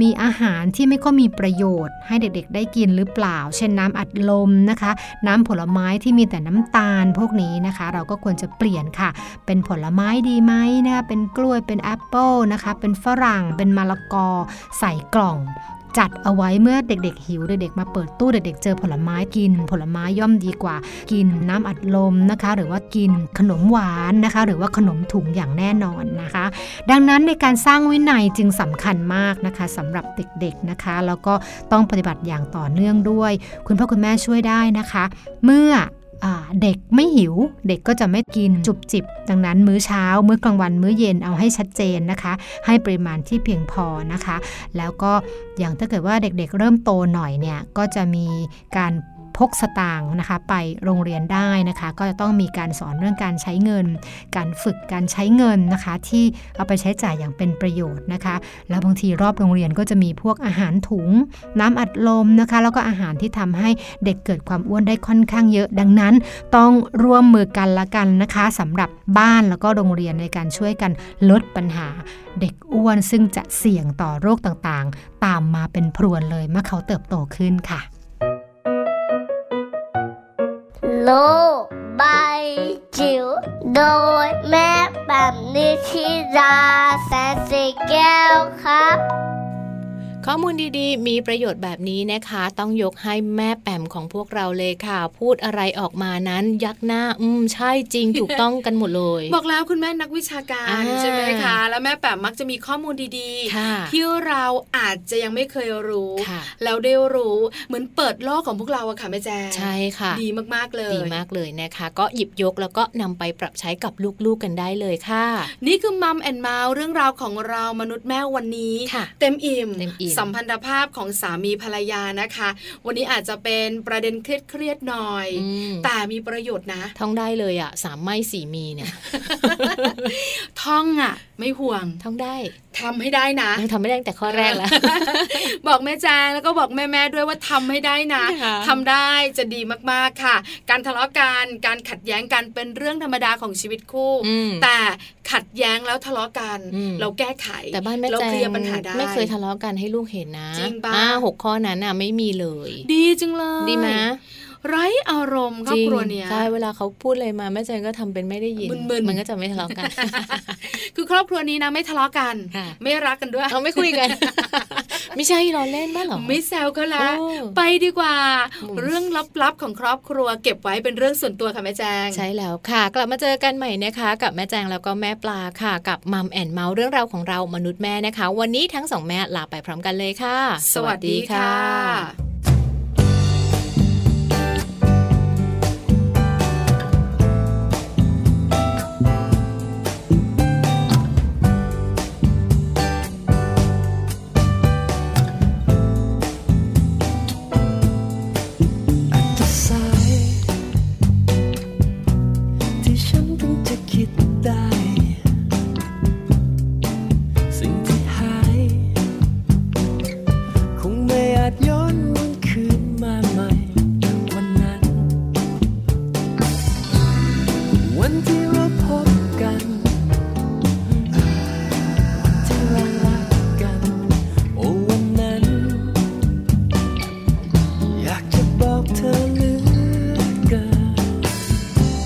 S8: มีอาหารที่ไม่ก็มีประโยชน์ ให้เด็กๆ ได้กินหรือเปล่า เช่นน้ำอัดลมนะคะ น้ำผลไม้ที่มีแต่น้ำตาลพวกนี้นะคะ เราก็ควรจะเปลี่ยนค่ะ เป็นผลไม้ดีไหมนะคะเป็นกล้วยเป็นแอปเปิลนะคะ เป็นฝรั่ง เป็นมะละกอ ใส่กล่อง จัดเอาไว้เมื่อเด็ก ๆ หิว เด็กๆมาเปิดตู้เด็กๆเจอผลไม้กิน ผลไม้ย่อมดีกว่า กินน้ำอัดลมนะคะ หรือว่ากินขนมหวานนะคะ หรือว่าขนมถุงอย่างแน่นอนนะคะ ดังนั้นในการสร้างวินัยจึงสำคัญมากนะคะสำหรับเด็กๆนะคะ แล้วก็ต้องปฏิบัติอย่างต่อเนื่องด้วย คุณพ่อคุณแม่ช่วยได้นะคะ เมื่ออ่าเด็กไม่หิว เด็กก็จะไม่กินจุบจิบ ดังนั้นมื้อเช้า มื้อกลางวันมื้อเย็นเอาให้ชัดเจนนะคะ ให้ปริมาณที่เพียงพอนะคะ แล้วก็อย่างถ้าเกิดว่าเด็กๆ เริ่มโตหน่อยเนี่ยก็จะมีการพกสตางค์นะคะ ไปโรงเรียนได้นะคะ ก็จะต้องมีการสอนเรื่องการใช้เงิน การฝึกการใช้เงินนะคะ ที่เอาไปใช้จ่ายอย่างเป็นประโยชน์นะคะ แล้วบางทีรอบโรงเรียนก็จะมีพวกอาหารถุง น้ำอัดลมนะคะ แล้วก็อาหารที่ทำให้เด็กเกิดความอ้วนได้ค่อนข้างเยอะ ดังนั้น ต้องร่วมมือกันละกันนะคะสำหรับบ้านแล้วก็โรงเรียนในการช่วยกันลดปัญหา เด็กอ้วนซึ่งจะเสี่ยงต่อโรคต่างๆ ตามมาเป็นพรวนเลยเมื่อเขาเติบโตขึ้นค่ะ
S7: โลกใบจิ๋วโดยแม่แบบนิชิราแสนสีแก้วครับ
S3: ข้อมูลดีๆ มีประโยชน์แบบนี้นะคะ ต้องยกให้แม่แปมของพวกเราเลยค่ะ พูดอะไรออกมานั้นยักหน้า อืม ใช่จ ริง ถูกต้องกันหมดเลย
S4: บอกแล้วคุณแม่นักวิชาการ
S3: อ่า
S4: ใช่ไหมคะ แล้วแม่แป๋มมักจะมีข้อมูลดี
S3: ค่ะ
S4: ๆ ที่เราอาจจะยังไม่เคยรู้
S3: ค่ะ
S4: แล้วได้รู้เหมือนเปิดโลกของพวกเราอะค่ะแม่แจง
S3: ใช่ค่ะ
S4: ดีมากๆเลย
S3: ดีมากเลยนะคะ ก็หยิบยกแล้วก็นำไปปรับใช้กับลูกๆกันได้เลยค่ะ
S4: นี่คือมัมแอนเมาส์เรื่องราวของเรามนุษย์แม่วันนี้
S3: ค่ะ
S4: เต็มอิ่ม
S3: เต็มอิ่ม
S4: สัมพันธภาพของสามีภรรยานะคะ วันนี้อาจจะเป็นประเด็นเครียดๆหน่อย
S3: อืม
S4: แต่มีประโยชน์นะ
S3: ท่องได้เลยอ่ะสามไม่สี่มีเนี่ย
S4: ท ท่องอ่ะ ไม่ห่วง
S3: ท่องได้
S4: ทำให้ได้นะ
S3: ยังทำไม่ได้ตั้งแต่ข้อแรก แล้ว
S4: บอกแม่จางแล้วก็บอกแม่ๆด้วยว่าทำให้ได้นะ
S3: ค่ะ
S4: ทำได้จะดีมากๆค่ะ การทะเลาะกันการขัดแย้งกันเป็นเรื่องธรรมดาของชีวิตคู่
S3: อืม
S4: แต่ขัดแย้งแล้วทะเลาะกัน
S3: อืม
S4: เราแก้ไข
S3: แต่บ้านแม่
S4: เรา
S3: แจ
S4: เคลียร์ปัญหาได้
S3: งไม่เคยทะเลาะกันให้ลูกเห็นนะ
S4: จริงปะ
S3: อ่าหกข้อนั้นน่ะไม่มีเลย
S4: ดีจังเลย
S3: ดีไหม
S4: ไร้อารมณ์คร
S3: จ
S4: อบ
S3: ริง
S4: ครัวเนี้ย
S3: ใช่เวลาเขาพูดอะไรมาแม่แจงก็ทำเป็นไม่ได้ยิน
S4: มึนๆ
S3: นก็จะไม่ทะ เลาะกัน
S4: คือครอบครัวนี้นะไม่ทะเลาะกัน
S3: ค่ะ
S4: ไม่รักกันด้วย
S3: เราไม่คุยกัน ไม่ใช่เราเล่นบ้านเหรอ
S4: ไม่แซวก็ละ
S3: โอ้
S4: ไปดีกว่า
S3: อืม
S4: เรื่องลับๆของครอบครัว เก็บไว้เป็นเรื่องส่วนตัวค่ะแม่แจง
S3: ใช่แล้วค่ะ กลับมาเจอกันใหม่นะคะ กับแม่แจงแล้วก็แม่ปลาค่ะ กับมัมแอนเมาส์เรื่องราวของเรามนุษย์แม่นะคะ วันนี้ทั้งสองแม่ลาไปพร้อมกันเลยค่ะ
S4: สวัสดีค่ะ
S5: แต่สายที่ฉันเพิ่งจะคิดได้ สิ่งที่หาย คงไม่อาจย้อนวันคืนมาใหม่ดังวันนั้น วันที่เราพบกัน วันที่เรารักกัน โอ้วันนั้น อยากจะบอกเธอเหลือเกิน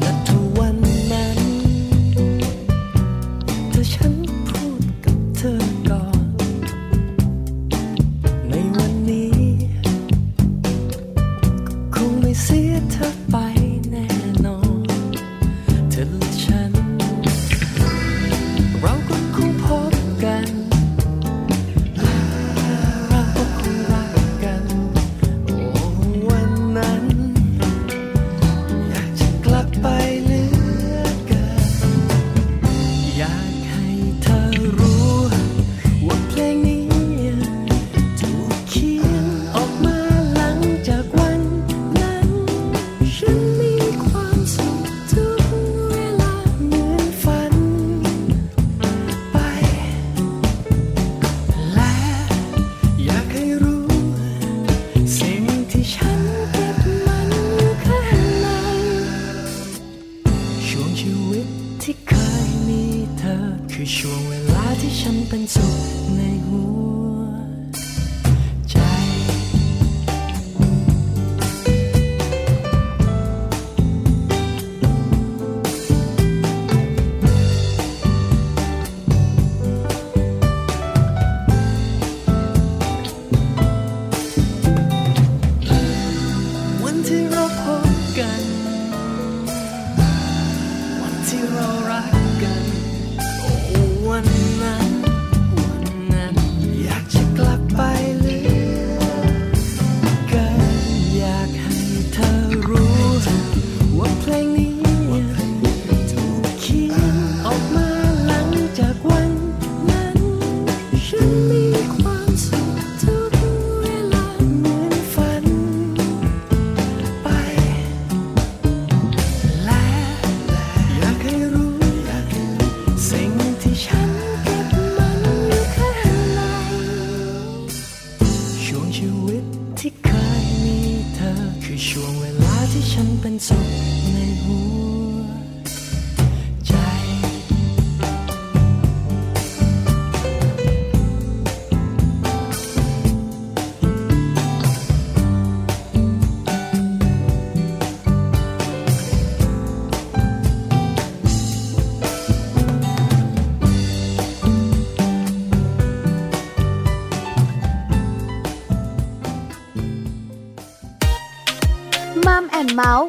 S5: และถ้าวันนั้น ถ้าฉันพูดกับเธอก่อน ในวันนี้ ก็คงไม่เสียเธอไปแน่นอน เธอและฉัน เราก็คงพบกันเราก็คงรักกัน โอ้วันนั้น อยากจะกลับไปเหลือเกินอยากให้เธอรู้ว่าเพลงนี้ถูกเขียนออกมาหลังจากวันนั้น ฉันมีความสุขทุกเวลาเหมือนฝันไป และอยากให้รู้ สิ่งที่ฉันเก็บมันอยู่ข้างใน ช่วงชีวิตที่เคยมีเธอ คือช่วงเวลาที่ฉันเป็นสุขในหัวใจ วันที่เราพบกัน วันที่เรารักกัน โอ้วันนั้น วันนั้น อยากจะกลับไปเหลือเกินอยากให้เธอรู้ ว่าเพลงนี้ถูกเขียนออกมาหลังจากวันนั้น ฉันมีความสุขทุกเวลาเหมือนฝัน ไป และอยากให้รู้สิ่งที่ฉันเก็บมันอยู่ข้างในช่วงชีวิตที่เคยมีเธอ คือช่วงเวลาที่ฉันเป็นสุขในหัวใจ
S6: มัมแอนเมาส์